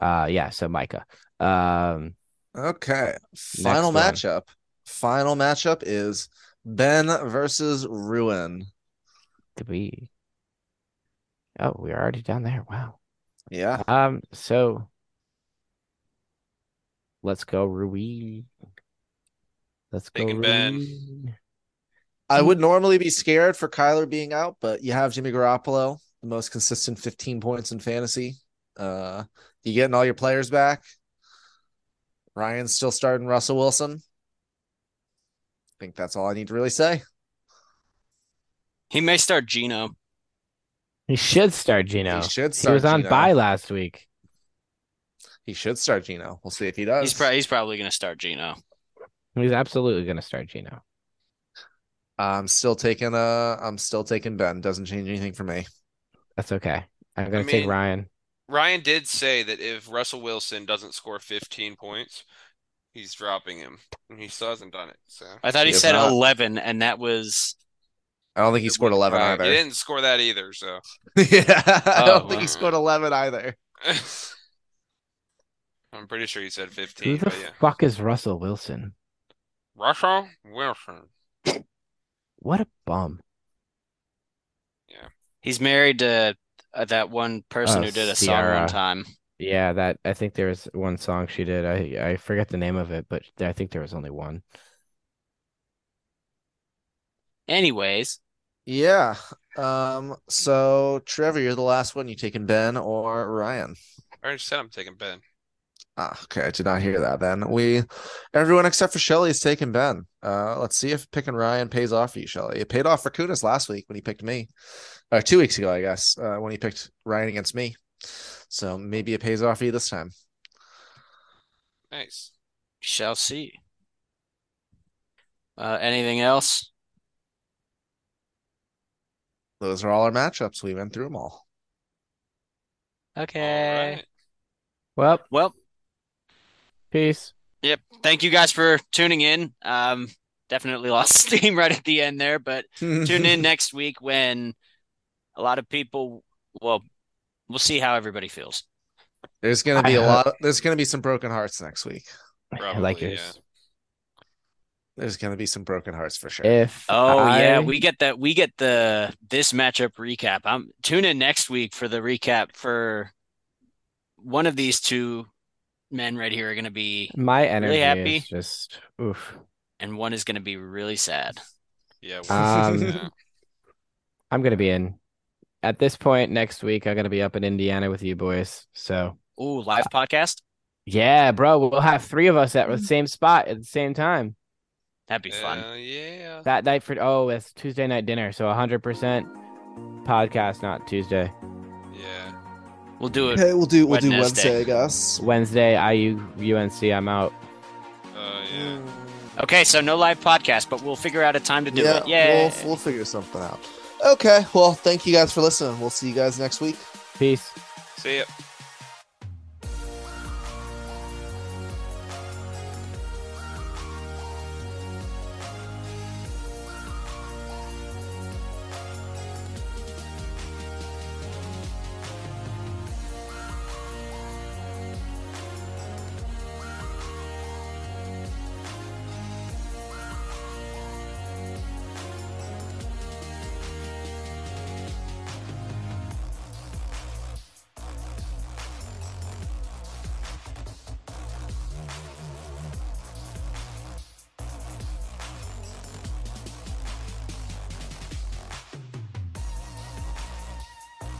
A: Uh yeah, so Micah. Um
D: Okay. Final
A: one.
D: matchup. Final matchup is Ben versus Ruin.
A: did we Oh, we're Um, already down there. Wow.
D: Yeah.
A: Um, so Let's go, Rui. Let's go,
B: Thinking Ben.
A: Rui.
D: I
A: Mm-hmm.
D: would normally be scared for Kyler being out, but you have Jimmy Garoppolo, the most consistent 15 points in fantasy. Uh, you getting all your players back. Ryan's still starting Russell Wilson. I think that's all I need to really say.
C: He may start Gino.
A: He should start Gino.
D: he should
A: He
D: start.
A: was on
D: Geno.
A: bye last week.
D: He should start Gino. We'll see if he does.
C: He's probably he's probably going to start Gino.
A: He's absolutely going to start Gino.
D: I'm still taking uh I'm still taking Ben. Doesn't change anything for me.
A: That's okay. I'm going to take
B: mean-
A: Ryan.
B: Ryan did say that if Russell Wilson doesn't score 15 points, he's dropping him. And he still hasn't done it. So
C: I thought he
D: Yes,
C: said
D: not.
C: 11 and that was
D: I don't think he scored 11
B: Uh, he
D: either.
B: didn't score that either. So
D: yeah. I don't
B: Oh, wow.
D: think he scored 11 either.
B: I'm pretty sure he said
A: Who
B: 15.
A: the
B: But yeah,
A: fuck is Russell Wilson?
B: Russell Wilson.
A: What a bum.
C: he's married to uh, that one person
A: Oh,
C: who did a song
A: Ciara.
C: one time.
A: Yeah, that I think there was one song she did. I I forget the name of it, but I think there was only one.
C: Anyways,
D: Yeah. Um so Trevor, you're the last one. You taking Ben or Ryan?
B: I already said I'm taking Ben.
D: Ah, okay, I did not hear that then. We everyone except for Shelly is taking Ben. Uh let's see if picking Ryan pays off for you, Shelly. It paid off for Kunis last week when he picked me. Or two weeks ago, I guess, uh, when he picked Ryan against me. So maybe it pays off for you this time.
B: Nice.
C: shall see. Uh, anything else?
D: Those are all our matchups. We went through them all.
B: All
C: Okay.
B: right.
A: Well,
C: Well,
A: peace.
C: Yep. Thank you guys for tuning in. Um, definitely lost steam right at the end there, but tune in next week when a lot of people, well, we'll see how everybody feels.
D: There's gonna be
A: I
D: a
A: hope-
D: lot. There's gonna be some broken hearts next week.
A: I like
B: Probably,
A: yours.
D: There's gonna be some broken hearts for sure.
A: If
C: Oh yeah,
A: I-
C: we get that. We get the this matchup recap. I'm tune in next week for the recap for one of these two men right here are going to be,
A: my energy
C: happy.
A: is just oof.
C: and one is going to be really sad.
B: Yeah.
A: Um,
B: yeah.
A: I'm gonna be in. At this point next week, I'm gonna be up in Indiana with you boys. So
C: Ooh, live podcast.
A: yeah, bro, we'll have three of us
C: Mm.
A: at the same spot at the same time
C: That'd be fun.
B: Hell yeah.
A: that night for oh, it's Tuesday night dinner, so 100 percent podcast, not Tuesday.
B: Yeah.
C: We'll do it.
D: Okay, we'll do we'll do
C: Wednesday.
D: Wednesday, I guess.
A: Wednesday, IU UNC, I'm out.
B: Oh yeah.
C: Okay, so no live podcast, but we'll figure out a time to do
D: yeah,
C: it. Yeah.
D: We'll, we'll figure something out. Okay, well, thank you guys for listening. We'll see you guys next week.
A: Peace.
B: See ya.